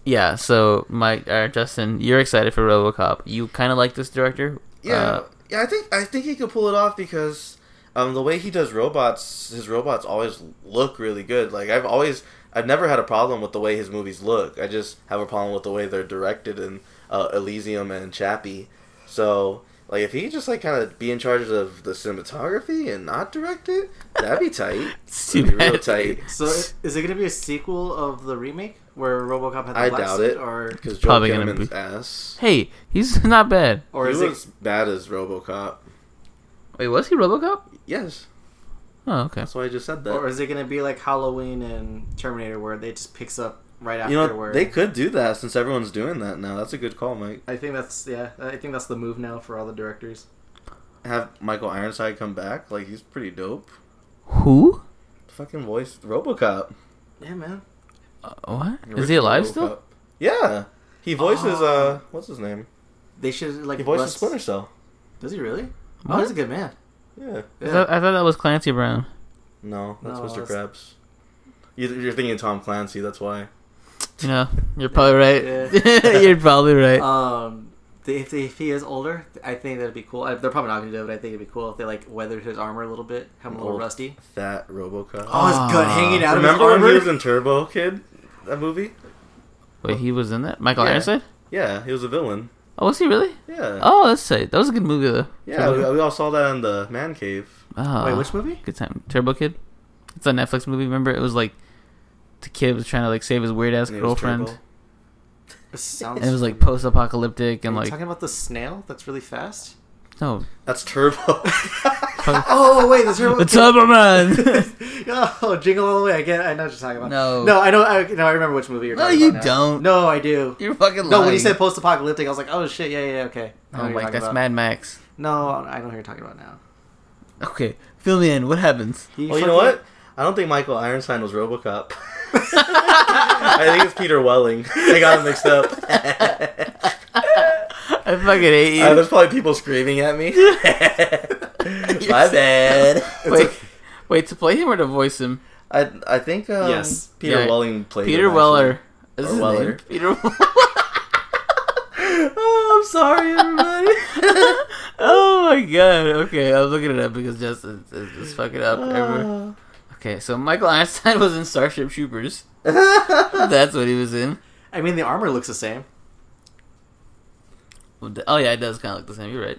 yeah. So, Mike, uh, Justin, you're excited for RoboCop. You kind of like this director.
Yeah,
Uh,
yeah. I think I think he could pull it off because um, the way he does robots, his robots always look really good. Like I've always, I've never had a problem with the way his movies look. I just have a problem with the way they're directed in uh, Elysium and Chappie. So like, if he just like kind of be in charge of the cinematography and not direct it, that'd be tight.
it's
That'd
too
be real
bad.
tight.
So is it going to be a sequel of the remake where RoboCop had the
I
black
doubt
suit,
it.
or
Because Joel
Probably gonna
Kinnaman's
be-
ass.
Hey, he's not bad.
or
he
is
was
it?
bad as RoboCop.
Wait, was he RoboCop?
Yes,
Oh, okay.
that's why I just said that.
Or is it going to be like Halloween and Terminator where they just picks up right after?
You know,
where
they could do that since everyone's doing that now. That's a good call, Mike.
I think that's yeah. I think that's the move now for all the directors.
Have Michael Ironside come back. Like, he's pretty dope.
Who?
Fucking voice Robocop.
Yeah, man.
Uh, what? Is he alive still?
Robocop. Yeah. He voices,
Oh.
uh, what's his name?
They should like.
He voices
bust-
Splinter Cell.
Does he really?
What?
Oh, he's a good man.
Yeah.
I
Yeah.
thought, I thought that was Clancy Brown.
No, that's
No,
Mr.
that's-
Krabs. You, you're thinking Tom Clancy, that's why.
You know, you're probably right.
Yeah.
you're probably right.
Um, they, if, they, if he is older, I think that'd be cool. I, they're probably not gonna do it, but I think it'd be cool if they like weathered his armor a little bit, have him a little
Old.
rusty.
That Robocop.
Oh, his gut
Ah.
hanging out
Remember
of
when
his armor.
he was in Turbo Kid? That movie?
Wait, he was in that? Michael
Yeah.
Ironside?
Yeah, he was a villain.
Oh, was he really?
Yeah.
Oh, that's tight. That was a good movie though.
yeah, we, we all saw that in the man cave.
Oh,
Wait, which movie?
good time? Turbo Kid. It's a Netflix movie. Remember, it was like the kid was trying to like save his weird ass
And he was
girlfriend,
Turbo.
It sounds.
and it was like post apocalyptic
Are
and
you
like
talking about the snail that's really fast.
no.
That's Turbo.
Oh wait, that's her.
The Turbo Man.
oh, jingle all the way. I get. I know what you're talking about.
No.
no, I know. I, no, I remember which movie you're.
No,
talking
you
about now.
don't.
No, I do.
You're fucking.
No, when you
lying.
said post-apocalyptic, I was like, oh shit, yeah, yeah, yeah, okay. I know
oh
what you're
my,
talking
that's
about.
Mad Max.
No, I know what you're talking about now.
Okay, fill me in. What happens?
He
Well, you know
fucking-
what? I don't think Michael Ironside was RoboCop. I think it's Peter Welling. They got him mixed up.
I fucking hate you.
Uh, there's probably people screaming at me. My bad.
wait, wait to play him or to voice him?
I I think um,
Yes.
Peter
Yeah.
Welling played
Peter
him, actually.
Weller. Is
Or
his
Weller.
name? Peter.
Oh, I'm sorry, everybody.
oh my god. Okay, I'm looking it up because Justin is just fucking up. everywhere.
Uh,
Okay, so Michael Einstein was in Starship Troopers. That's what he was in.
I mean, the armor looks the same.
Oh yeah, it does kind of look the same. You're right.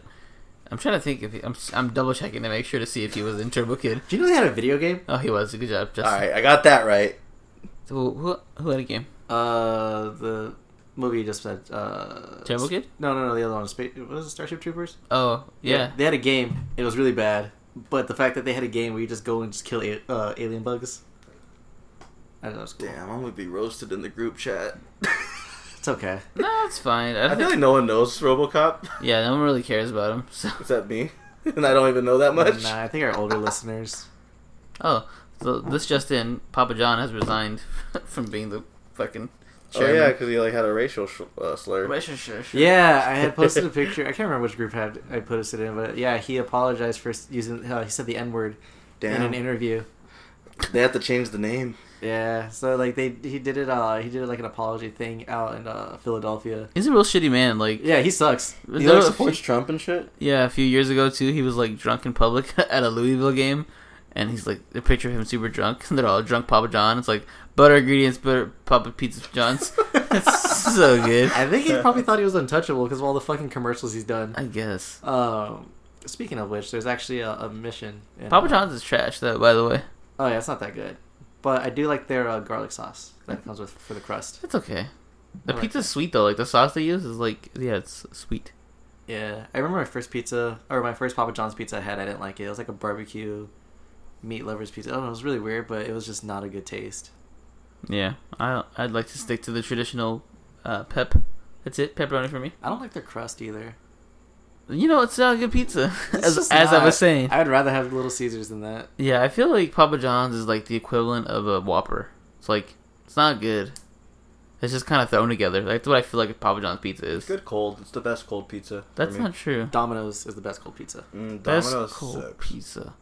I'm trying to think if he, I'm I'm double checking to make sure to see if he was in Turbo Kid.
Do you know they had a video game?
Oh, he was. Good job,
all
Justin.
right, I got that right.
Who, who who had a game?
Uh, the movie you just said. Uh,
Turbo Kid?
No, no, no. The other one, Space. Was it Starship Troopers?
Oh yeah.
They had a game. It was really bad. But the fact that they had a game where you just go and just kill a- uh, alien bugs. I don't know. It's cool.
Damn, I'm gonna be roasted in the group chat.
It's okay.
No, it's fine. I,
I
think,
feel like no one knows RoboCop
yeah, no one really cares about him. So
except me, and I don't even know that much.
Nah, I think our older listeners.
oh, so this just in: Papa John has resigned from being the fucking
Oh yeah,
chairman.
because he like had a racial sh- uh, slur.
Sure, sure, sure.
Yeah, I had posted a picture. I can't remember which group had I posted it in, but yeah, he apologized for using. Uh, he said the N word in an interview.
They have to change the name.
Yeah, so like they he did it uh he did like an apology thing out in uh Philadelphia.
He's a real shitty man. Like
Yeah, he sucks. He
There
looks-
were a few-
Trump and shit.
Yeah, a few years ago too, he was like drunk in public at a Louisville game, and he's like the picture of him super drunk, and they're all drunk Papa John. It's like butter ingredients, butter Papa Pizza John's. it's so good.
I think he probably thought he was untouchable because of all the fucking commercials he's done.
I guess
Um speaking of which, there's actually a, a mission in,
Papa
uh,
John's is trash though. By the way,
Oh yeah, it's not that good. But I do like their uh, garlic sauce that comes with for the crust.
it's okay. The
I like
pizza's sweet though. Like the sauce they use is like yeah, it's sweet.
Yeah, I remember my first pizza or my first Papa John's pizza I had. I didn't like it. It was like a barbecue meat lovers pizza. I don't know, it was really weird, but it was just not a good taste.
Yeah, I I'd like to stick to the traditional uh, pep. That's it, pepperoni for me.
I don't like their crust either.
You know, it's not a good pizza,
It's
as
just
as I
not-
was saying.
I'd rather have Little Caesars than that.
yeah, I feel like Papa John's is like the equivalent of a Whopper. It's like it's not good. It's just kind of thrown together. Like, That's what I feel like Papa John's pizza is.
It's good cold. It's the best cold pizza. for
That's
me.
not true.
Domino's is the best cold pizza.
Mm,
Best
Domino's
cold
sucks.
pizza.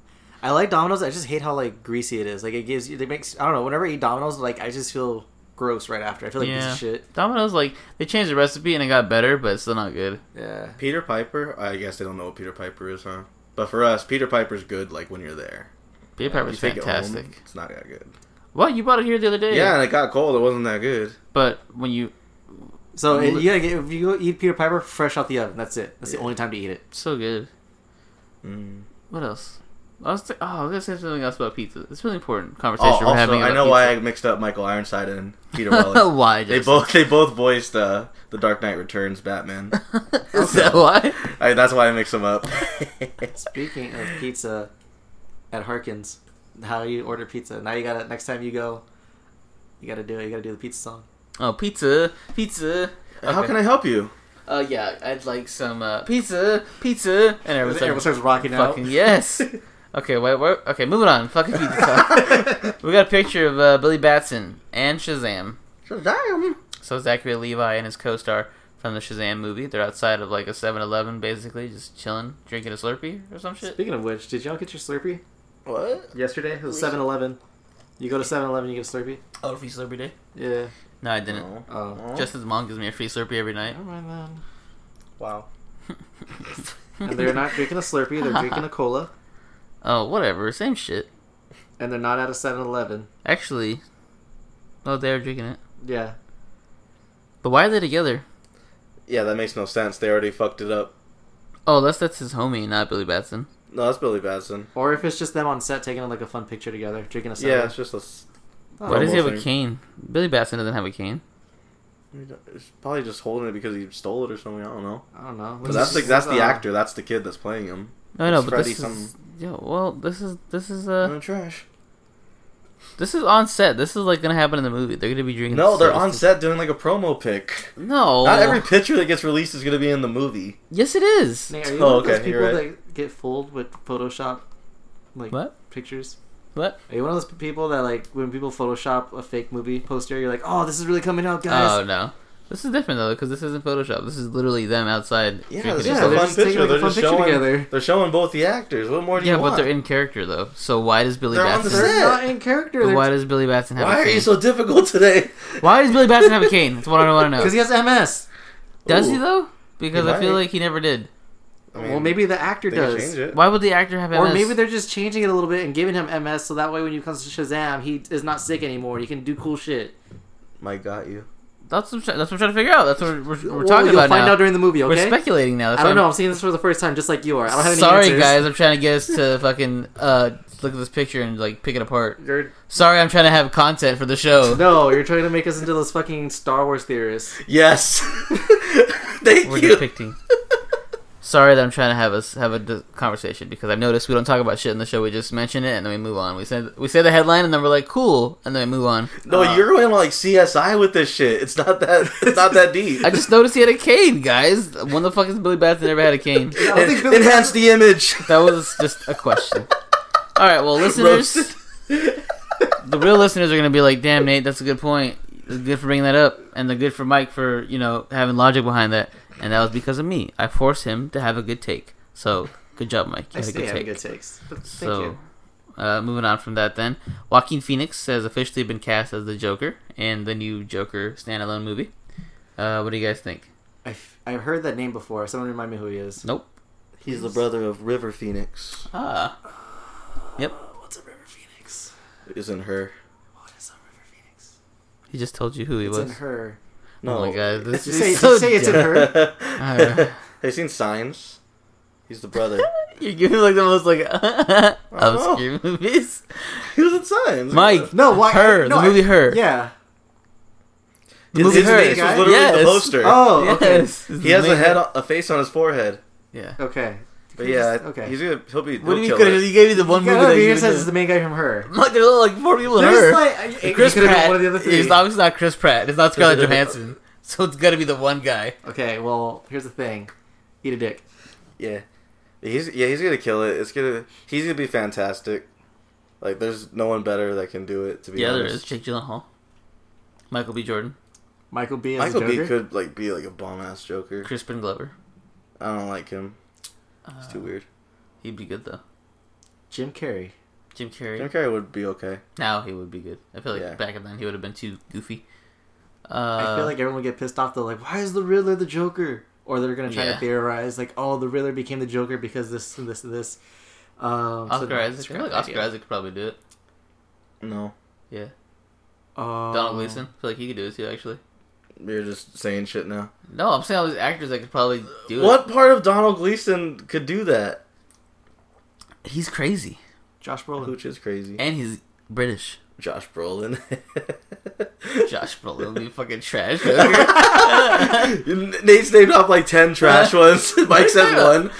I like Domino's. I just hate how like greasy it is. Like it gives you, it makes. I don't know. Whenever I eat Domino's, like I just feel gross right after. I feel like this
Yeah.
is shit.
Domino's like they changed the recipe and it got better, but it's still not good.
Yeah.
Peter Piper. I guess they don't know what Peter Piper is, huh? But for us, Peter Piper's good. Like when you're there,
Peter Piper's
You take it home,
fantastic.
it's not that good.
What you bought it here the other day?
Yeah, and it got cold. It wasn't that good.
but when you
So
Well,
it- you gotta get, if you go eat Peter Piper fresh out the oven, that's it. That's the
Yeah.
only time to eat it.
so good.
Mm.
What else? I was th- oh, I was gonna say something else about pizza. It's really important
Oh,
conversation we're
also,
having.
I know why I
about
mixed up Michael Ironside and Peter
pizza.
Weller.
why
they
Jason?
both they both voiced uh, the Dark Knight Returns Batman.
Is that why?
I, that's why I mixed them up.
Speaking of pizza, at Harkins, how you order pizza? Now you gotta next time you go, you gotta do it. You gotta do the pizza song.
Oh, pizza, pizza.
How can I help you?
Uh, yeah, I'd like some uh, pizza, pizza, and everyone's
Everyone
like,
starts rocking out.
fucking yes. Okay, wait, wait, okay, moving on. Fucking pizza. talk. we got a picture of uh, Billy Batson and Shazam.
Damn.
So Zachary Levi and his co-star from the Shazam movie. They're outside of like a 7-Eleven, basically, just chilling, drinking a Slurpee or some shit.
Speaking of which, did y'all get your Slurpee
What?
yesterday? It was 7-Eleven. You go to 7-Eleven, you get a Slurpee.
Oh, free Slurpee day?
Yeah.
No, I didn't.
Oh.
Oh.
Oh.
Just as mom gives me a free Slurpee every night.
Never mind then.
wow.
And they're not drinking a Slurpee. They're drinking a cola,
Oh, whatever. Same shit.
and they're not at a 7-Eleven.
Actually, oh, they are drinking it.
Yeah.
But why are they together?
Yeah, that makes no sense. They already fucked it up.
Oh, unless that's his homie, not Billy Batson.
No, that's Billy Batson.
Or if it's just them on set taking like a fun picture together, drinking a.
Yeah,
7-Eleven.
it's just a. s-
Oh,
Why does he have a
thing.
cane? Billy Batson doesn't have a cane.
It's probably just holding it because he stole it or something. I don't know.
I don't know.
But that's the, that's the
Uh,
actor. That's the kid that's playing him.
No, no,
It's
but
Freddy
this is
some-
yo. Well, this is this is
No
uh
trash.
this is on set. This is like gonna happen in the movie. They're gonna be drinking.
No, they're
sodas
on
to-
set doing like a promo pic.
No,
Oh.
Not every picture that gets released is gonna be in the movie.
Yes, it is.
Nate, are you
Oh,
one of those
okay,
people
you're
that get fooled with Photoshop, like
What?
pictures?
What?
Are you one of those people that like when people Photoshop a fake movie poster, you're like, oh, this is really coming out, guys.
Oh no, this is different though because this isn't Photoshop. This is literally them outside.
Yeah,
drinking
this
each
they're
is a
other.
fun
just taking,
picture.
like, a
they're
fun
just
picture
showing.
together.
They're showing both the actors. What more do
Yeah,
you want?
but they're in character though. So why does Billy
They're on the
Batson?
They're
set.
not in character.
Why
They're...
does Billy Batson have
Why
a
are
cane?
you so difficult today?
Why does Billy Batson have a cane? That's what I want to know.
Because he has MS.
does
Ooh.
he though? Because
He
I feel
might.
like he never did.
I mean,
well, maybe the actor
they can change
does.
it.
Why would the actor have MS?
Or maybe they're just changing it a little bit and giving him MS, so that way when he comes to Shazam, he is not sick anymore. He can do cool shit.
My got you.
that's what I'm, try- that's what I'm trying to figure out. That's what we're, we're, we're
Well,
talking
you'll
about
find
now.
out during the movie, okay?
We're speculating now. That's
I don't know.
what
I'm seeing this for the first time, just like you are. I don't have
I'm-
any
Sorry,
answers.
guys. I'm trying to get us to fucking uh, look at this picture and like pick it apart.
You're-
Sorry, I'm trying to have content for the show.
no, you're trying to make us into those fucking Star Wars theorists.
Yes. Thank
We're
you.
depicting. Sorry that I'm trying to have us have a d- conversation because I've noticed we don't talk about shit in the show. We just mention it and then we move on. We say we say the headline and then we're like cool and then we move on.
No,
Uh,
you're going like CSI with this shit. It's not that. It's not that deep.
I just noticed he had a cane, guys. When the fuck has Billy Batson ever had a cane?
I don't think
En-
Billy
enhance the image.
That was just a question. All right, well, listeners,
Roasted.
the real listeners are gonna be like, "Damn, Nate, that's a good point. It's good for bringing that up, and the good for Mike for you know having logic behind that." And that was because of me. I forced him to have a good take. So good job, Mike.
I
You had a
stay
good
having
take.
good takes. But thank
So,
you.
uh, moving on from that, then Joaquin Phoenix has officially been cast as the Joker in the new Joker standalone movie. Uh, what do you guys think?
I f- I've heard that name before. Someone remind me who he is.
Nope.
He's the brother of River Phoenix.
Ah,
Uh, What's a River Phoenix?
Isn't her?
What is a River Phoenix?
he just told you who he
It's
was.
in her.
No.
Oh my god, this
Did
is
you say,
so
did you say it's in
dumb.
her?
Alright.
Have you seen Signs? He's the brother.
You're giving like the most like obscure movies.
he was in Signs.
Mike,
No, why?
Her,
no,
the
I-
movie Her.
Yeah.
the
his,
movie
his
Her.
face was
guy?
literally
Yes.
the poster.
Oh, okay.
Yes, it's
he has a
amazing.
head, on- a face on his forehead.
Yeah.
Okay.
But yeah,
Okay.
he's gonna he'll be.
What do
he'll
you mean?
kill
Could
it.
have, you gave me the one movie
Yeah,
that
he
you
just says it's
said.
the main guy from her.
Look, there are like four people in her.
There's like I- it-
Chris
it could've been
Pratt.
one of the other
It's
three.
obviously not Chris Pratt. It's not Scarlett Johansson. So it's gotta be the one guy.
Okay, well here's the thing, eat a dick.
Yeah, he's yeah he's gonna kill it. It's gonna he's gonna be fantastic. Like there's no one better that can do it. To be
Yeah, there
honest.
is Jake Gyllenhaal, Michael B. Jordan,
Michael B. As
Michael
a
B
Joker?
could like be like a bomb ass Joker.
Crispin Glover.
I don't like him. It's
Uh,
too weird.
He'd be good though.
Jim Carrey.
Jim Carrey.
Jim Carrey would be okay.
Now he would be good. I feel like
Yeah.
back then he would have been too goofy. Uh,
I feel like everyone would get pissed off. They're like, "Why is the Riddler the Joker?" Or they're gonna try
Yeah.
to theorize like, "Oh, the Riddler became the Joker because this, and this, and this." Um, so-
Oscar Isaac. I feel like Oscar
Yeah.
Isaac could probably do it.
No,
Yeah,
Um,
Donald Gleason. I feel like he could do it too. Actually,
you're just saying shit now.
no, I'm saying all these actors that could probably do it.
What part of Donald Gleason could do that?
He's crazy,
Josh Brolin.
Which is crazy.
and he's British.
Josh Brolin.
Josh Brolin would be fucking trash. Joker.
Nate's named off like ten trash ones. Mike says one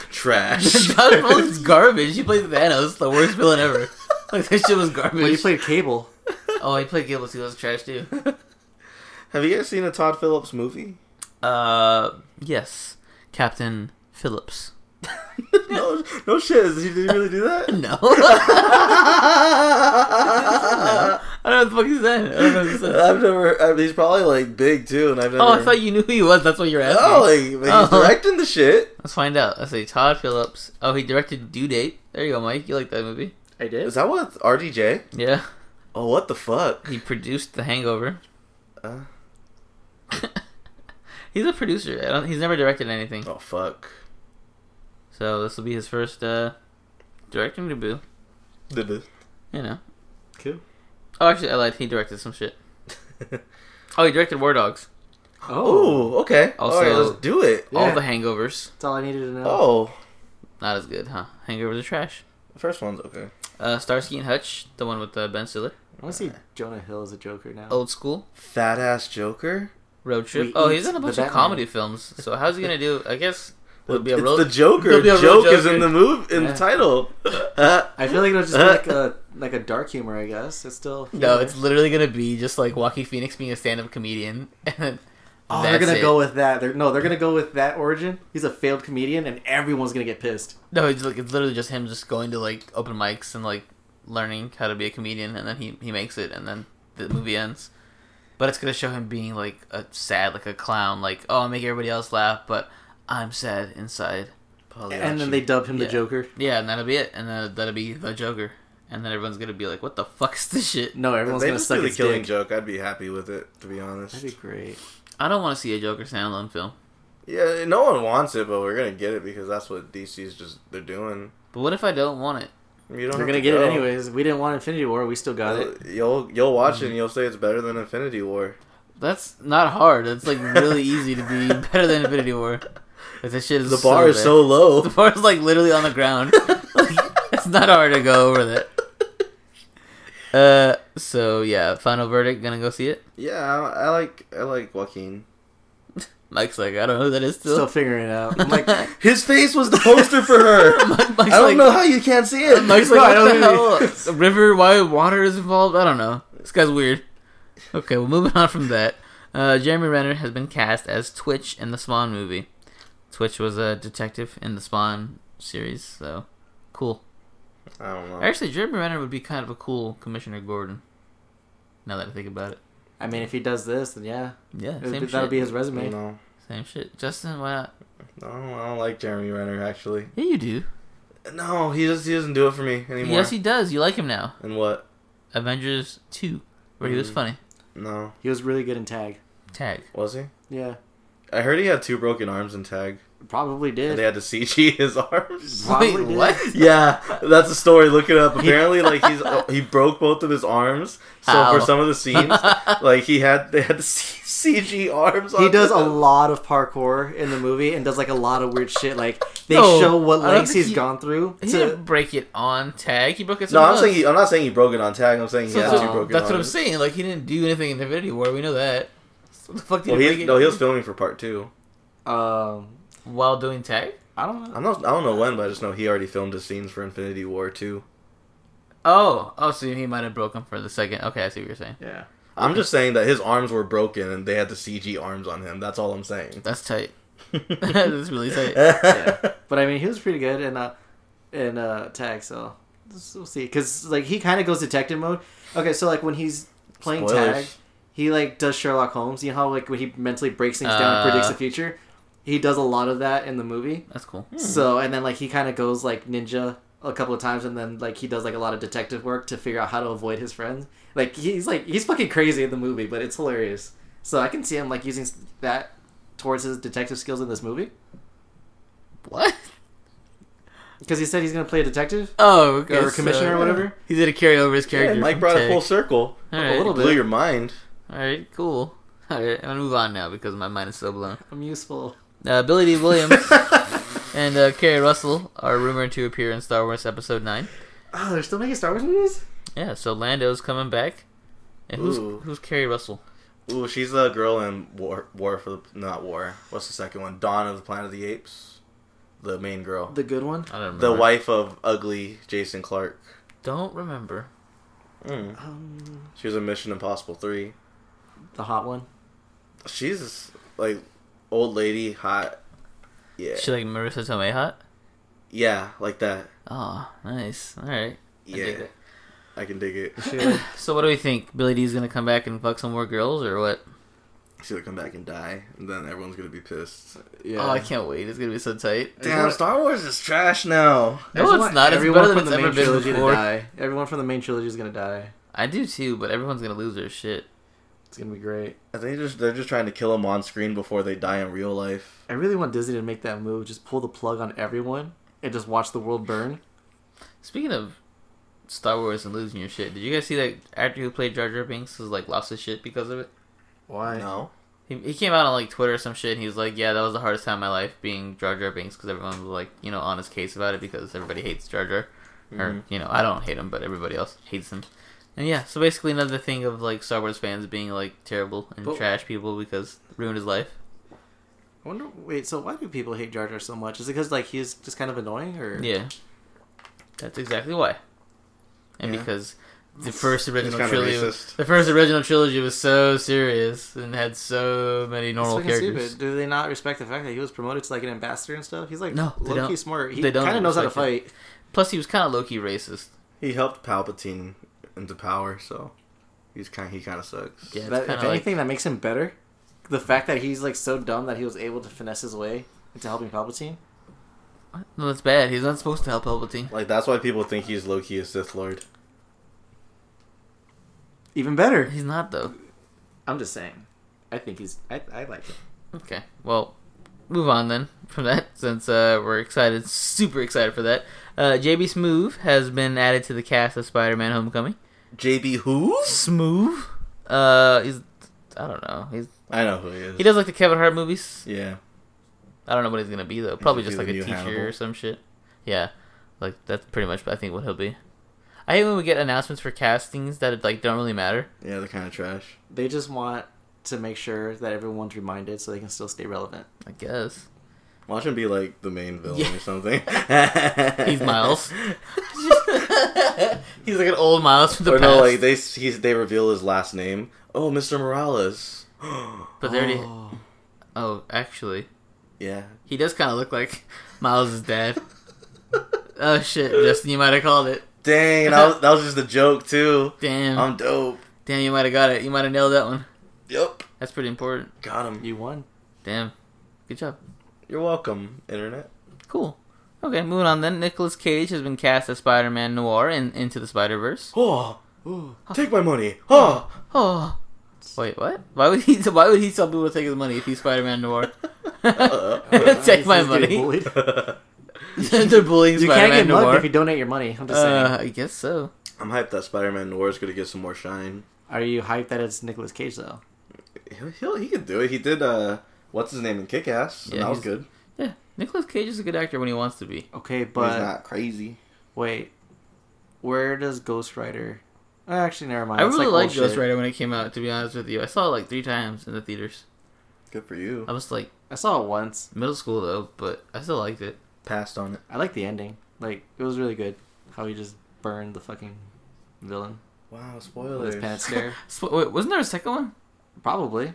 trash.
Josh Brolin's garbage. He played Thanos, the worst villain ever. Like that shit was garbage.
Well, you played Cable.
oh, he played Gillis. He was trash too.
Have you guys seen a Todd Phillips movie?
Uh, yes, Captain Phillips.
No, no shit. Did he really do that?
No. I don't know what the fuck he's saying. I don't know what he said.
I've never. I mean, he's probably like big too, and I've never.
Oh, I thought you knew who he was. That's what you were asking.
No, like, but he's
Oh.
directing the shit.
Let's find out. Let's see. Todd Phillips. Oh, he directed Due Date. There you go, Mike. You like that movie?
I did.
Is that what RDJ?
Yeah.
Oh, what the fuck?
He produced The Hangover.
Uh.
he's a producer. I don't, he's never directed anything.
Oh fuck.
So this will be his first uh, directing debut.
Did it?
You know.
Cool.
Oh, actually, I lied. He directed some shit. Oh, he directed War Dogs.
Oh,
oh, okay.
Also-
All right, let's do it.
Yeah.
All the Hangovers.
that's all I needed to know.
Oh,
Not as good, huh? Hangovers are trash.
the first one's okay.
Uh, Starsky and Hutch, the one with uh, Ben Stiller.
I want to see Jonah Hill as a Joker now.
Old school.
Fat ass Joker.
Road trip.
We
oh,
eat
he's in a
the
bunch of
Batman.
comedy films. So how's he gonna do? I guess it'll be a
it's
road.
the Joker.
it'll be a
Joke
real
is
Joker.
in the move in
Yeah.
the title. Uh,
I feel like it'll just be like a like a dark humor. I guess it's still
no,
humor.
it's literally gonna be just like Joaquin Phoenix being a stand-up comedian. And
Oh, they're
that's
gonna
it.
go with that. They're, no, they're gonna go with that origin. He's a failed comedian, and everyone's gonna get pissed.
No, it's like it's literally just him just going to like open mics and like learning how to be a comedian, and then he he makes it, and then the movie ends. But it's gonna show him being like a sad, like a clown, like oh, I make everybody else laugh, but I'm sad inside.
And then they dub him
Yeah.
the Joker.
Yeah, and that'll be it, and then that'll be the Joker, and then everyone's gonna be like, "What the fuck is this shit?"
No, everyone's
they
gonna
just
suck
do the
his
killing
dick.
joke. I'd be happy with it, to be honest.
That'd be great.
I don't want to see a Joker standalone film.
Yeah, no one wants it, but we're gonna get it because that's what DC's just they're doing.
But what if I don't want it?
You
We're
don't. have
gonna
to
get
go.
it anyways. We didn't want Infinity War. We still got it.
Uh, You'll you'll watch it and you'll say it's better than Infinity War.
That's not hard. That's like really easy to be better than Infinity War. But this shit is
The bar is
bad.
so low.
The bar is like literally on the ground. it's not hard to go over that. Uh, so yeah, final verdict. Gonna go see it.
Yeah, I, I like I like Joaquin.
Mike's like, I don't know who that is
Still
still.
figuring it out. I'm like, no,
His face was the poster for her. I
Mike's
don't
like,
know how you can't see it.
Mike's
No,
like,
I
what the
don't
hell? River, why water is involved? I don't know. This guy's weird. Okay, well, moving on from that. Uh, Jeremy Renner has been cast as Twitch in the Spawn movie. Twitch was a detective in the Spawn series, so cool.
I don't know.
Actually, Jeremy Renner would be kind of a cool Commissioner Gordon. Now that I think about it,
I mean, if he does this, then yeah,
yeah,
It'll
same
be-
shit.
that'll be his resume.
No,
Same shit. Justin, why not?
no, I don't like Jeremy Renner actually.
Yeah, you do.
No, he just he doesn't do it for me anymore.
Yes, he does. You like him now.
and what?
Avengers Two, where he was
Mm.
funny.
No,
He was really good in tag.
Tag.
was he?
Yeah,
I heard he had two broken arms in tag.
probably did.
They had to CG his arms.
Probably
Wait,
did.
what?
Yeah, that's a story. Look it up. Apparently, like he's oh, he broke both of his arms. So
Ow.
for some of the scenes, like he had they had the C- CG arms.
He
on
does a
him.
lot of parkour in the movie and does like a lot of weird shit. Like they
No,
show what
I don't
lengths
think
he's
he-
gone through.
He
to-
didn't break it on tag. He broke it.
No,
somewhere
I'm saying
else.
he, I'm not saying he broke it on tag. I'm saying he
So-
had
so-
two broken
that's
arms.
what I'm saying. Like he didn't do anything in Infinity War. We know that. So the fuck did
Well,
he
he,
break it
no, he was filming for part two.
Um,
while doing tag?
I don't know.
I'm not. I don't know when, but I just know he already filmed his scenes for Infinity War two.
Oh, oh, so he might have broken for the second. Okay, I see what you're saying.
Yeah.
I'm just saying that his arms were broken and they had the CG arms on him. That's all I'm saying.
That's tight. That's really tight.
But I mean, he was pretty good in uh, in uh, tag. So let's- we'll see, because like he kind of goes detective mode. Okay, so like when he's playing
Spoilers.
tag, he like does Sherlock Holmes. You know how like when he mentally breaks things down and predicts
Uh.
the future. He does a lot of that in the movie.
That's cool.
So and then like he kind of goes like ninja a couple of times, and then like he does like a lot of detective work to figure out how to avoid his friends. Like he's like he's fucking crazy in the movie, but it's hilarious. So I can see him like using that towards his detective skills in this movie
What?
because he said he's gonna play a detective.
Oh, okay.
or commissioner or whatever.
He did a carryover his character.
Yeah, Mike
from
brought
Tag.
it full circle.
All
A
right,
little
Blew
bit.
your mind.
All right, cool. All right, I'm gonna move on now because my mind is so blown.
I'm useful.
Uh, Billy D. Williams and uh, Carrie Russell are rumored to appear in Star Wars Episode Nine.
Oh, they're still making Star Wars movies?
Yeah, so Lando's coming back. And who's
Ooh.
who's Carrie Russell?
Ooh, she's the girl in War, War for the not War. What's the second one? Dawn of the Planet of the Apes. The main girl, the,
The good one?
I don't remember.
wife of ugly Jason Clark.
Don't remember.
Mm.
Um,
She was in Mission Impossible three.
the hot one?
She's like old lady, hot. Yeah,
Is she like Marissa Tomei hot?
yeah, like that.
Oh, nice. All right.
Yeah,
dig it.
I can dig it.
She, like,
So what do we think? Billy D's gonna come back and fuck some more girls or what?
She'll come back and die, and then everyone's gonna be pissed.
yeah.
Oh, I can't wait. It's gonna be so tight.
Damn, Star Wars is trash now.
I just
No, it's
want
not. It's
everyone
better than
from
it's
the
ever
main
been
trilogy
before.
to die. Everyone from the main trilogy is gonna die.
I do too, but everyone's gonna lose their shit.
It's gonna be great.
I think just they're just trying to kill them on screen before they die in real life.
I really want Disney to make that move. Just pull the plug on everyone and just watch the world burn.
Speaking of Star Wars and losing your shit, did you guys see that actor who played Jar Jar Binks was like lost his shit because of it?
Why?
No,
He, he came out on like Twitter or some shit. and He was like, "Yeah, that was the hardest time of my life being Jar Jar Binks because everyone was like, you know, on his case about it because everybody hates Jar Jar, or you know, I don't hate him, but everybody else hates him." And yeah, so basically another thing of like Star Wars fans being like terrible and
But-
trash people because ruined his life.
I wonder. Wait. So why do people hate Jar Jar so much? Is it because like he's just kind of annoying, or
Yeah, that's exactly why. And
Yeah.
because the first original
kinda
trilogy,
racist.
the first original trilogy was so serious and had so many
It's
normal
fucking
characters.
stupid. Do they not respect the fact that he was promoted to like an ambassador and stuff? He's like
No, they
low key
don't.
smart. He
They don't
kind of knows how to
respect
fight.
Plus, he was kind of low key racist.
he helped Palpatine into power, so he's kind. He kind of sucks.
Yeah, it's
That,
kinda
if
like-
anything, that makes him better. The fact that he's like so dumb that he was able to finesse his way into helping Palpatine.
No, that's bad. He's not supposed to help Palpatine.
Like that's why people think he's low key a Sith Lord.
Even better.
He's not though.
I'm just saying. I think he's. I, I like it.
Okay. Well, move on then from that since uh, we're excited, super excited for that. Uh, JB Smoove has been added to the cast of Spider-Man: Homecoming.
JB who's?
Smoove. Uh, he's I don't know. He's
I know who he is.
he does like the Kevin Hart movies.
Yeah,
I don't know what he's gonna be though. Probably
could
just
be
like a
the
teacher
new Hannibal.
or some shit. Yeah, like that's pretty much I think what he'll be. I hate when we get announcements for castings that like don't really matter.
yeah, they're kind of trash.
They just want to make sure that everyone's reminded so they can still stay relevant.
I guess.
Watch him be like the main villain
Yeah.
or something.
He's Miles. He's like an old Miles from the
or
past.
no, like they he's, they reveal his last name. Oh, Mr. Morales.
but they already. Oh, actually,
Yeah,
he does kind of look like Miles' dad. oh shit, Justin, you might have called it.
dang, that was, that was just a joke too.
Damn,
I'm dope.
damn, you might have got it. You might have nailed that one.
Yep,
That's pretty important.
got him.
You won.
Damn, good job.
You're welcome, internet.
Cool. Okay, moving on then. Nicolas Cage has been cast as Spider-Man Noir in Into the Spider-Verse.
Oh, take my money. Oh,
Oh, wait, what? Why would he? Why would he tell people to take his money if he's Spider-Man Noir? take my
He's getting
money.
bullied.
They're bullying
You
Spider-Man
can't get
Noir.
mugged if you donate your money. I'm just
Uh,
saying.
I guess so.
I'm hyped that Spider-Man Noir is gonna get some more shine.
Are you hyped that it's Nicolas Cage though?
He'll, he'll he can do it. He did. uh What's his name in Kick Ass?
Yeah,
that was
he's-
good.
Yeah, Nicolas Cage is a good actor when he wants to be.
Okay,
he's
but
not crazy.
wait. Where does Ghost Rider? Oh, actually, never mind.
I
It's
really
like
liked
old
Ghost
shit.
Rider when it came out. To be honest with you, I saw it like three times in the theaters.
Good for you.
I was like
I saw it once.
middle school though, but I still liked it.
Passed on it.
I like the ending. Like it was really good. How he just burned the fucking villain
Wow,
with
spoilers.
his pants there.
Spo- Wait, wasn't there a second one?
Probably.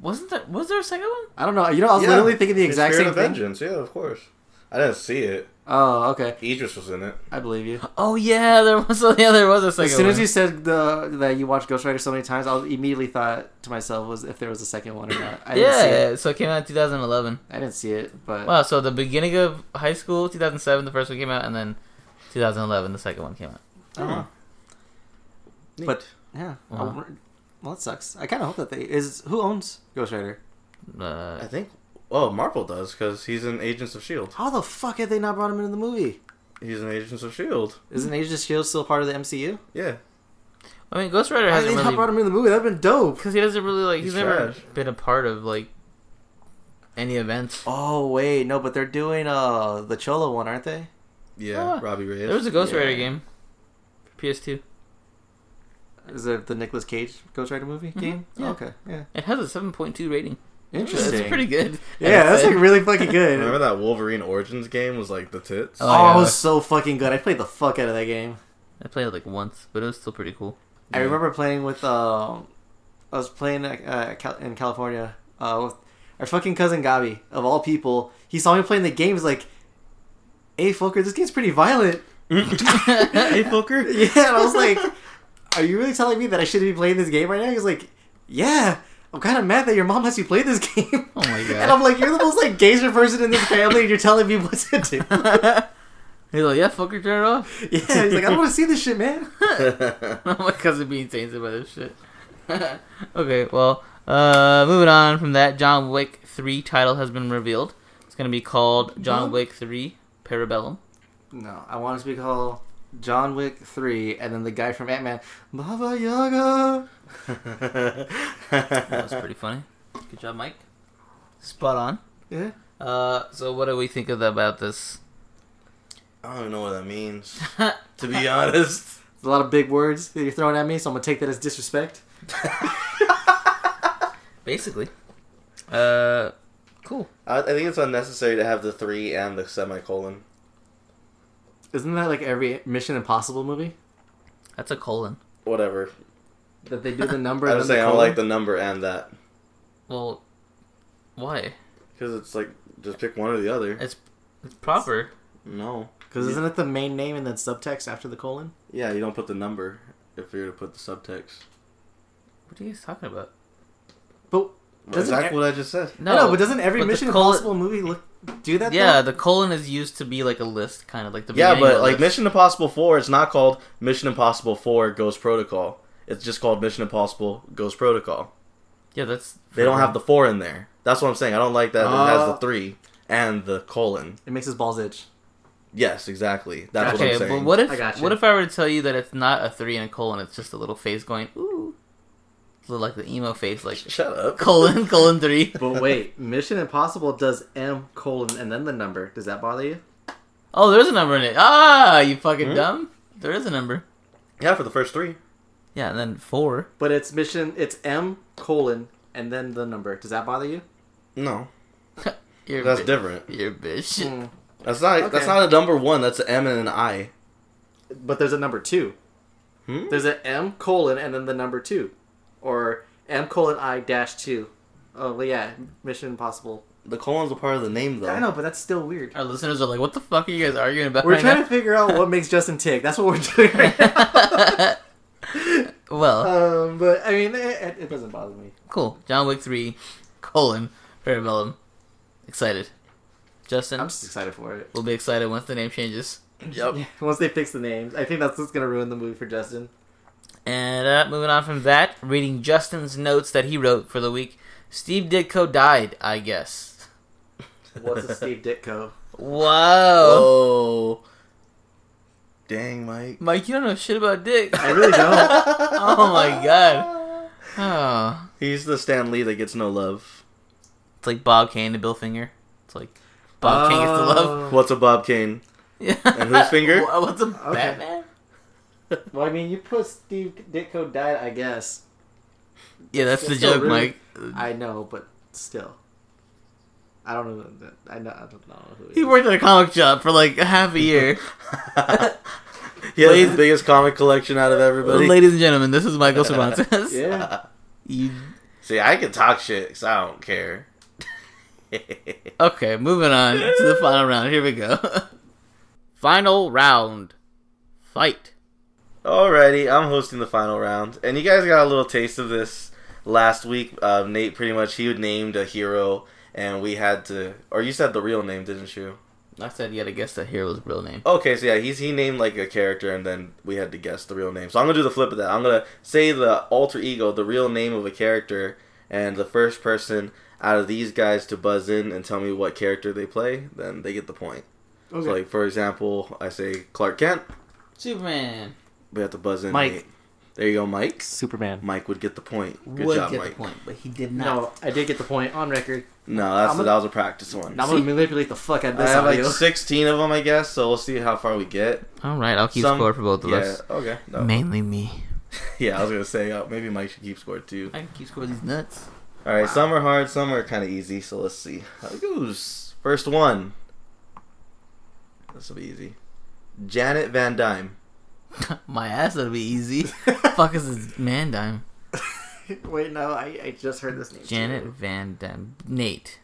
Wasn't there? Was there a second one?
I don't know. You know, I was
Yeah.
literally thinking the
It's
exact
Spirit
same
of
thing.
Vengeance. Yeah, of course. I didn't see it.
Oh, okay.
Idris was in it.
I believe you.
Oh yeah, there was. Yeah, there was a second.
As soon
one.
as you said the that you watched Ghost Rider so many times, I immediately thought to myself was if there was a second one or not. I didn't see it.
yeah, so it came out in 2011.
I didn't see it, but
Wow, so the beginning of high school, 2007, the first one came out, and then 2011, the second one came out.
uh-huh. But- yeah.
Wow.
I wonder- well, that sucks. I kind of hope that they is who owns Ghost Rider.
I
Uh,
think. Oh, Marvel does because he's in Agents of Shield.
How the fuck have they not brought him into the movie?
E He's in Agents of Shield.
Isn't Agent of Shield E still part of the MCU?
E Yeah,
I mean, Ghost Rider
Why did they
hasn't
not brought
really
him in the movie? That'd been dope.
because he doesn't really like. He's,
He's
never
trash.
been a part of like any event.
Oh wait, no, but they're doing uh the Cholo one, aren't they?
yeah.
Ah,
Robbie Reyes.
There was a Ghost
Yeah.
Rider game, for PS2.
Is it the Nicolas Cage Ghost Rider movie game?
yeah.
okay, yeah,
It has a 7.2 rating.
interesting.
That's pretty good.
Yeah, that's like really fucking
Remember
good.
that Wolverine Origins game was like the tits.
Oh.
Oh, it
yeah.
was so fucking good. I played the fuck out of that game.
I played it like once, but it was still pretty cool.
I
Yeah.
remember playing with um, I was playing uh, Cal- in California uh, with our fucking cousin Gabi of all people. He saw me playing the game. He's like, "Hey, Fulker, this game's pretty violent."
hey, fucker.
Yeah, and I was like, "Are you really telling me that I shouldn't be playing this game right now?" He's like, "Yeah." I'm kind of mad that your mom lets you play this game.
Oh my God.
And I'm like, you're the most like gayster person in this family, and you're telling me what to do.
He's like, yeah, fucker, turn it off.
Yeah, he's like, I don't want to see this shit, man.
my cousin being tainted by this shit. okay, well, uh, moving on from that, John Wick 3 title has been revealed. It's going to be called John Wick 3 Parabellum.
No, I want it to be called John Wick 3, and then the guy from Ant Man, Baba Yaga.
That was pretty funny. Good job, Mike. Spot on.
Yeah.
Uh, so what do we think of about this?
I don't even know what that means. to be honest.
There's a lot of big words that you're throwing at me, so I'm going to take that as disrespect.
Basically. Uh, cool.
I, I think it's unnecessary to have the three and the semicolon.
Isn't that like every Mission Impossible movie?
That's a colon.
Whatever.
That they do the number
I
and
was
then
saying
the
I don't
colon?
like the number and that
Well, why?
because it's like just pick one or the other.
It's, it's proper.
No.
Because isn't it the main name and then subtext after the colon?
Yeah, you don't put the number if you're to put the subtext.
What are you guys talking about?
But
That's
doesn't
exactly what I just said.
no, know, but doesn't every
but the
Mission
colon-
Impossible movie look do that?
Yeah,
though?
the colon is used to be like a list, kind of like the
Yeah,
beginning of
but
a
like
list.
Mission Impossible Four, it's not called Mission Impossible Four Ghost Protocol. It's just called Mission Impossible Ghost Protol.
Yeah, that's
They don't have the four in there. That's what I'm saying. I don't like that it has the
Uh.
three and the colon.
it makes his balls itch.
Yes, exactly. That's
okay,
what I'm saying.
but what if
I gotcha.
what if I were to tell you that it's not a three and a colon? It's just a little face going ooh, It's a little like the emo face, like
Shut up.
colon colon three.
But wait, Mission Impossible does M colon and then the number. Does that bother you?
Oh, there's a number in it. Ah, you fucking
Hmm?
dumb. There is a number.
Yeah, for the first three.
Yeah, and then four.
But it's mission. It's M colon and then the number. Does that bother you?
No,
You're a
that's
bi-
different.
You're a bitch.
Hmm.
That's not.
Okay.
That's not a number one. That's an M and an I.
But there's a number two.
Hmm?
There's a M colon and then the number two, or M colon I dash two. Oh well, yeah, Mission Impossible.
The colon's a part of the name, though.
I know, but that's still weird.
Our listeners are like, what the fuck are you guys arguing about?
We're
right
trying
now?
to figure out what makes Justin tick. That's what we're doing right now.
Uh,
well,
um, but I mean, it, it doesn't bother me.
cool. John Wick three, colon parabellum. Excited, Justin.
I'm just excited for it.
We'll be excited once the name changes.
Yep.
Once they fix the names, I think that's what's gonna ruin the movie for Justin.
And uh, moving on from that, reading Justin's notes that he wrote for the week. Steve Ditko died, I guess.
What's a Steve Ditko?
Wow.
Oh. Dang, Mike.
Mike, you don't know shit about Dick.
I really don't.
oh my god. Oh.
He's the Stan Lee that gets no love.
It's like Bob Kane to Bill Finger. It's like Bob Kane gets the love.
Oh.
What's a Bob Kane? And whose finger?
Wha- What's a Batman?
Well, I mean, you put Steve Ditko died, I guess.
Yeah, that's the
It's still
joke,
really-
Mike.
I know, but still, I don't know. that- I know. I don't know who. He
He
is.
worked at a comic shop for like a half a year.
He has
Ladies-
the biggest comic collection out of everybody.
Ladies and gentlemen, this is Michael Cervantes.
Yeah.
You-
See, I can talk shit because I don't care.
okay, moving on to the final round. Here we go. final round. Fight.
Alrighty, I'm hosting the final round, and you guys got a little taste of this last week. Uh, Nate pretty much he named a hero, and we had to, or you said the real name, didn't you?
I said you had to guess the hero's real name.
Okay, so yeah, he's he named like a character, and then we had to guess the real name. So I'm gonna do the flip of that. I'm gonna say the alter ego, the real name of a character, and the first person out of these guys to buzz in and tell me what character they play, then they get the point. So
Okay.
like for example, I say Clark Kent,
Superman.
we have to buzz in.
Mike.
Nate. There you go, Mike.
Superman.
Mike would get the point. Good
would
job,
get
Mike.
the point, but he did not.
No, I did get the point on record.
No, that's
I'm a-
that was a practice one.
Now I'm gonna manipulate the fuck out of
I
this
have like
audio.
16 of them, I guess. So we'll see how far we get.
All right, I'll keep
Some-
score for both of
yeah,
us.
Okay. No.
Mainly me.
Yeah, I was gonna say uh, maybe Mike should keep score too.
I can keep score these nuts.
All right, some are hard, some are kind of easy. So let's see how it goes. First one. This will be easy. Janet Van Dyne.
My ass, that'll be easy. Fuck is this man dime?
Wait, no, I, I just heard this name.
Janet Van Dyne. Nate.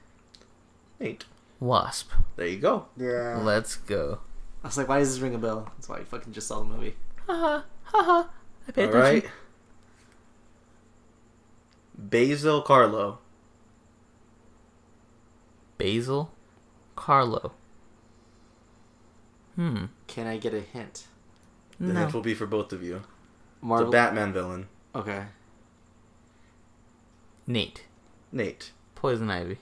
Nate.
Wasp.
There you go.
Yeah.
Let's go.
I was like, why does this ring a bell? That's why I fucking just saw the movie.
Haha. Haha. I pay
All right. Basil Carlo.
Basil. Carlo. Hmm.
Can I get a hint?
The
No.
hint will be for both of you. The
Marvel.
Batman villain.
okay.
Nate.
Nate.
Poison Ivy.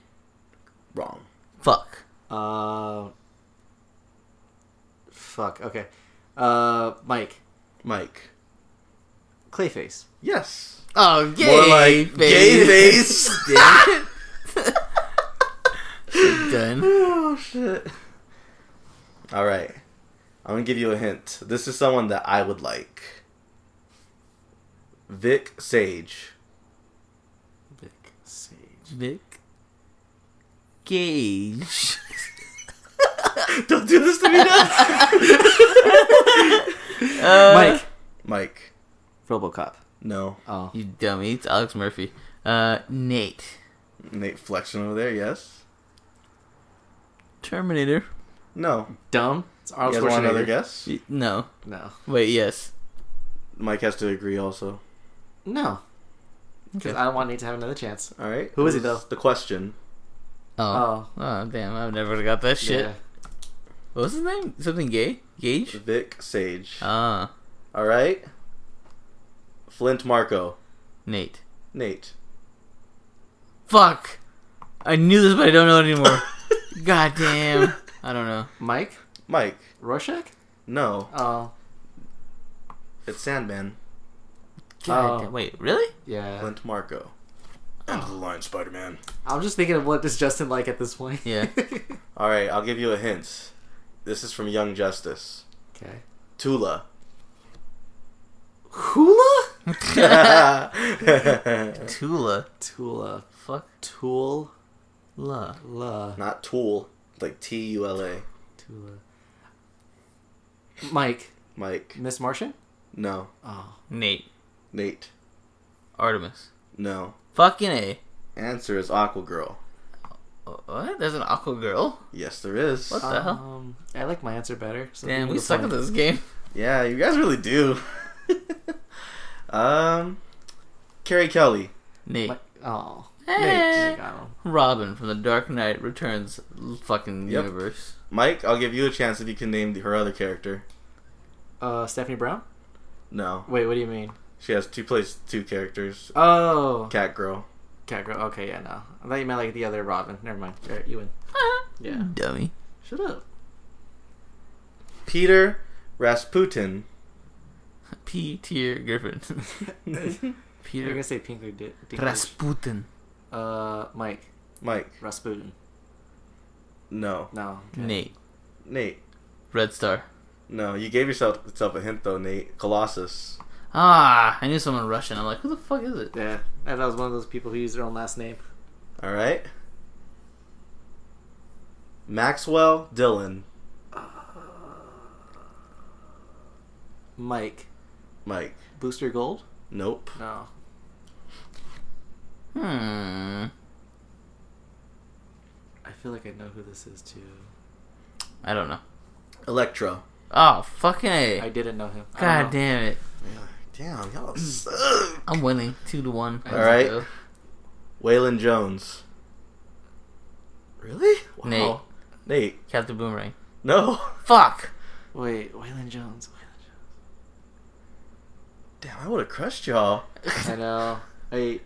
Wrong.
Fuck.
Uh. Fuck. Okay. Uh, Mike.
Mike.
Clayface.
Yes.
Oh, gay
More like gay face.
Damn it. Done.
oh shit. All right. I'm gonna give you a hint. This is someone that I would like. Vic Sage.
Vic Sage.
Vic. Gage.
Don't do this to me now.
Mike.
Mike.
Robocop.
No.
Oh.
You dummy. It's Alex Murphy. Uh, Nate.
Nate flexing over there. Yes.
Terminator.
No.
Dumb. It's
You
Arnold
guys want another
Schwarzenegger.
guess?
Y- No.
No.
Wait, yes.
Mike has to agree also.
No. Because
Okay.
I don't want Nate to have another chance.
All right.
Who is he,
This
though?
The question.
Oh.
Oh.
Oh, damn. I've never got that shit.
Yeah.
What was his name? Something gay? Gage?
Vic Sage.
Ah.
All right. Flint Marco.
Nate.
Nate.
Fuck! I knew this, but I don't know it anymore. God damn. I don't know.
Mike.
Mike.
Rorschach.
No.
Oh.
It's Sandman.
God
Oh.
damn. Wait, really?
Yeah.
Flint Marco. And the Lion Spider Man.
I'm just thinking of what is Justin like at this point.
Yeah.
All right, I'll give you a hint. This is from Young Justice.
okay.
Tula.
Hula.
Not
Tula.
Tula.
Fuck.
Tula.
La.
Tool. Like T U L A.
Tula. Mike.
Mike.
Miss Martian.
No.
Oh.
Nate.
Nate.
Artemis.
No.
Fucking A.
Answer is Aqua Girl.
What? There's an Aqua Girl?
Yes, there is.
What? the hell?
Um, I like my answer better. So
Damn,
give me
we
the
suck at
point.
this game.
Yeah, you guys really do. um, Carrie Kelly.
Nate.
Mike- Oh,
Eh.
I got him.
Robin from the Dark Knight Returns l- fucking
Yep.
universe.
Mike, I'll give you a chance if you can name her other character.
Uh, Stephanie Brown.
No,
Wait, what do you mean?
she has she plays two characters.
Oh,
Cat Girl.
cat girl. Okay, yeah, no. I thought you meant like the other Robin. Never mind. All right, you win.
Hmm.
Yeah.
Dummy.
Shut up.
Peter Rasputin.
P. Tier Griffin.
You're
Peter
gonna say Pinkler did.
Rasputin.
Uh, Mike
Mike.
Rasputin.
No.
No.
Nate.
Nate.
Red Star.
No, you gave yourself, yourself a hint though, Nate. Colossus.
Ah, I knew someone Russian. I'm like, who the fuck is it?
Yeah, and I was one of those people who used their own last name.
All right. Maxwell Dylan
Mike
Mike.
Booster Gold.
Nope.
No,
Hmm.
I feel like I know who this is too.
I don't know.
Electro.
Oh, fucking A.
I didn't know him. I don't
God
know.
damn it.
Damn, y'all suck.
I'm winning. Two to one.
All
right. Waylon Jones. Really?
Nate.
Nate.
Captain Boomerang.
No.
Fuck.
Wait, Waylon Jones. Waylon
Damn, I would have crushed y'all.
Jones. I know. I,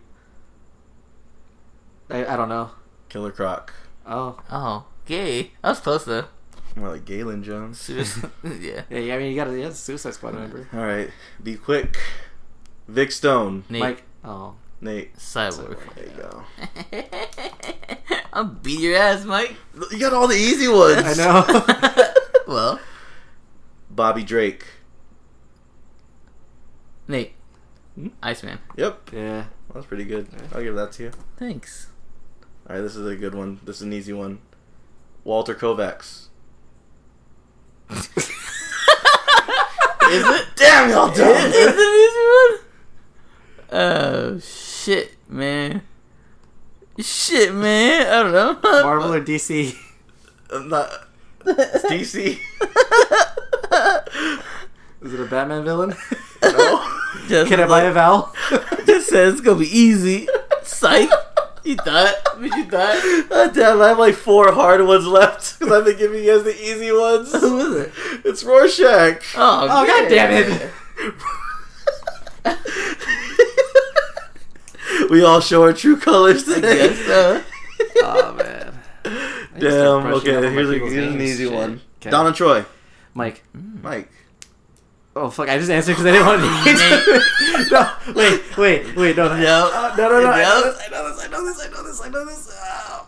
I. I don't know.
Killer Croc.
Oh,
Oh, gay. I was close though.
More like Galen Jones.
Seriously. yeah.
yeah. yeah I mean, you got to yeah, Suicide Squad member.
All right, be quick. Vic Stone.
Nate.
Mike. Oh,
Nate.
Cyborg.
There you go.
I'll beat your ass, Mike.
You got all the easy ones.
I know.
well,
Bobby Drake.
Nate.
Hmm?
Iceman.
Yep,
yeah.
that's pretty good. I'll give that to you.
Thanks.
All right, this is a good one. This is an easy one. Walter Kovacs.
Is it?
Damn, y'all
Is it an easy one? Oh, shit, man. Shit, man. I don't know.
Marvel or DC?
I'm not. It's DC.
Is it a Batman villain?
no.
Just,
Can I buy a vowel?
just said it's gonna be easy. Psych. You thought? But you thought?
Ah, damn, I have like four hard ones left because I've been giving you guys the easy ones.
Who is it?
It's Rorschach.
Oh,
Oh god
great.
damn it!
We all show our true colors
I
today.
guess so.
oh man. I just
Damn.
kept brushing up
Okay,
on my
here's, a,
people's
here's an
names.
easy
Shit.
one.
Okay.
Donna Troy.
Mike.
Mike.
Oh fuck! I just answered because I didn't want to. no, wait, wait, wait, no, no,
No.
Oh, no, no, no. I know
No.
this, I know this, I know this, I know this, I know this. Oh.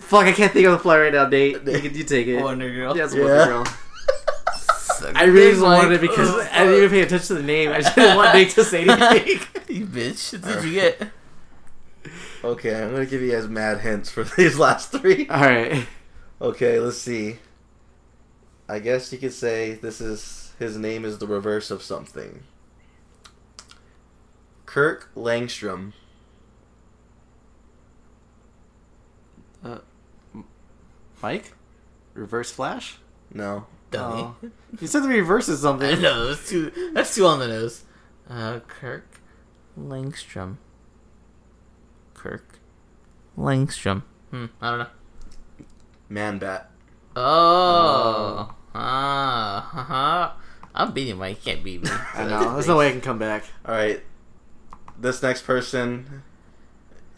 Fuck! I can't think on the fly right now, Nate. You, can- you take it.
Wonder Girl.
Yes,
Yeah.
Wonder Girl.
Suck
I really
dick,
just wanted
Mike.
it because I didn't even pay attention to the name. I just didn't want Nate to say anything.
you bitch. That's what you get.
Okay, I'm gonna give you guys mad hints for these last three.
All right.
Okay, let's see. I guess you could say this is his name is the reverse of something. Kirk Langstrom.
Uh, Mike. Reverse Flash.
No.
Dummy.
Oh. You said the reverse is
I
something.
know that's too. That's too on the nose. Uh, Kirk Langstrom. Kirk Langstrom. Hmm. I don't know.
Man Bat.
Oh. Ah. ha, ha. I'm beating Mike. You can't beat me.
I know. There's no way I can come back.
Alright. This next person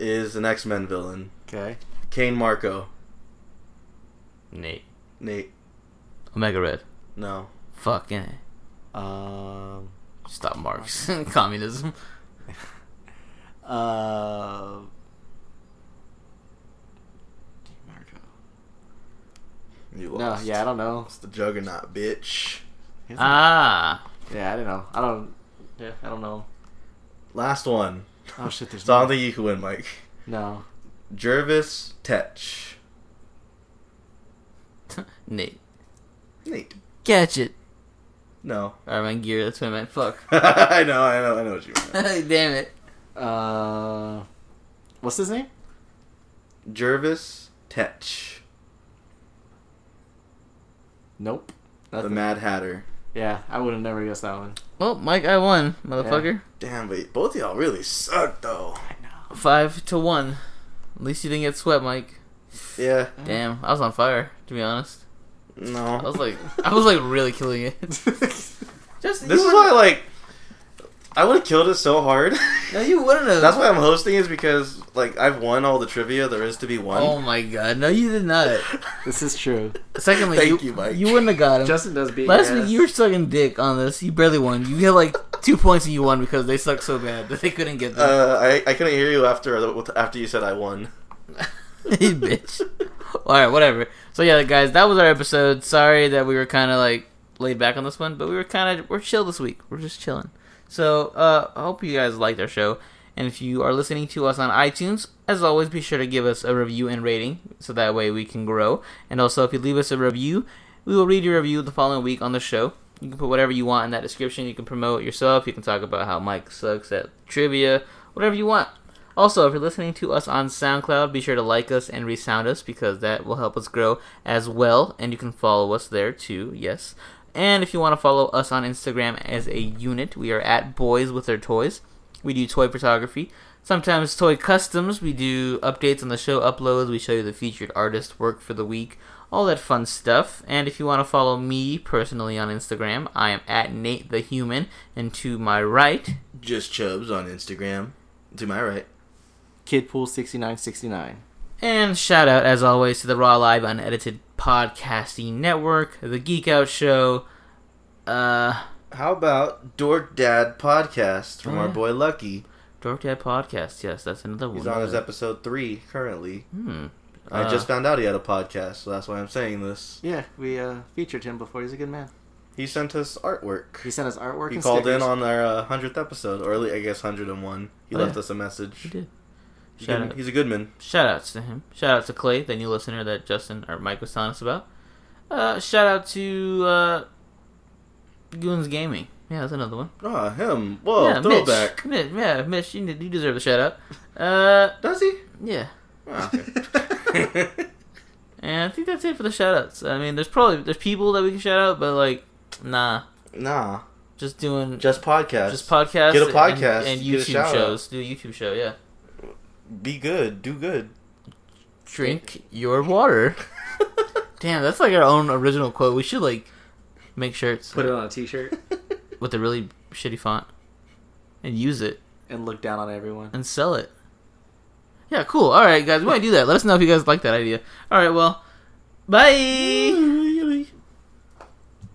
is an X Men villain.
Okay.
Kane Marco.
Nate.
Nate.
Omega Red.
No.
Fucking A.
Um.
stop Marx. Communism.
Uh, Marco.
You
No, yeah, I don't know.
It's the juggernaut, bitch.
Ah.
Yeah, I don't know. I don't. Yeah, I don't know.
Last one.
Oh shit, there's
So I don't think you can win, Mike.
no.
Jervis Tetch.
Nate.
Nate.
Catch it.
No.
Or my gear. That's what I meant. Fuck.
I know, I know, I know what you mean.
Damn it.
Uh, what's his name?
Jervis Tetch,
Nope.
the
Nothing.
Mad Hatter.
yeah, I would have never guessed that one.
Well, Mike, I won, motherfucker.
Damn, but both of y'all really suck, though.
Five to one. At least you didn't get swept, Mike.
Yeah,
Damn, I was on fire. To be honest, I
no.
was like, I was like really killing it. Just
This is why, like, I would have killed it so hard.
No, you wouldn't have.
That's why I'm hosting is because, like, I've won all the trivia there is to be won.
Oh my god, no, you did not.
Oh.
this is true.
Secondly,
Thank
you,
you, Mike.
you wouldn't have got him.
Justin does beat.
Last
your
week
ass.
you were sucking dick on this. You barely won. You had like two points and you won because they sucked so bad that they couldn't get them.
Uh, I, I couldn't hear you after uh, after you said I won.
You bitch. All right, whatever. So yeah, guys, that was our episode. Sorry that we were kind of like laid back on this one, but we were kind of we're chill this week. We're just chilling. So, uh, I hope you guys liked our show. And if you are listening to us on iTunes, as always, be sure to give us a review and rating so that way we can grow. And also, if you leave us a review, we will read your review the following week on the show. You can put whatever you want in that description. You can promote yourself. You can talk about how Mike sucks at trivia, whatever you want. Also, if you're listening to us on SoundCloud, be sure to like us and resound us because that will help us grow as well. And you can follow us there too, yes. And if you want to follow us on Instagram as a unit, we are at Boys With Their Toys. We do toy photography, sometimes toy customs. We do updates on the show uploads. We show you the featured artist work for the week, all that fun stuff. And if you want to follow me personally on Instagram, I am at Nate the Human. And to my right,
Just Chubbs on Instagram. To my right.
Kidpool sixty nine sixty nine.
And shout out, as always, to the Raw Live Unedited Podcasting Network, The Geek Out Show. Uh,
How about Dork Dad podcast from
Oh,
our
yeah.
boy Lucky?
Dork Dad Podcast. Yes, that's another
He's
one.
on his episode three currently.
Hmm.
I
Uh,
just found out he had a podcast, so that's why I'm saying this.
Yeah, we uh, featured him before. He's a good man.
He sent us artwork.
He sent us artwork.
He
and
called
stickers.
in on our hundredth episode, or at least, I guess hundred and one. He
Oh,
left
yeah.
us a message.
He did.
He's a
Shout
good-
out.
He's a good man.
Shout outs to him. Shout out to Clay, the new listener that Justin or Mike was telling us about. Uh, shout out to uh, Goons Gaming. Yeah, that's another one.
Ah, him. Whoa,
yeah,
throwback.
Mitch. Mitch, yeah, Mitch, you, you deserve the shout out. Uh,
Does he?
yeah.
Ah, okay.
And I think that's it for the shout outs. I mean, there's probably there's people that we can shout out, but like, nah,
nah,
just doing just,
just podcast.
podcasts,
Get a
and-
podcast,
and,
get a
YouTube
shout-out.
shows. Do a YouTube show, yeah.
Be good. Do good.
Drink your water. Damn, that's like our own original quote. We should like make shirts
Put it on a t shirt
with a really shitty font and use it
and look down on everyone.
and sell it. Yeah, cool. All right, guys, we might do that. Let us know if you guys like that idea. All right, well, bye.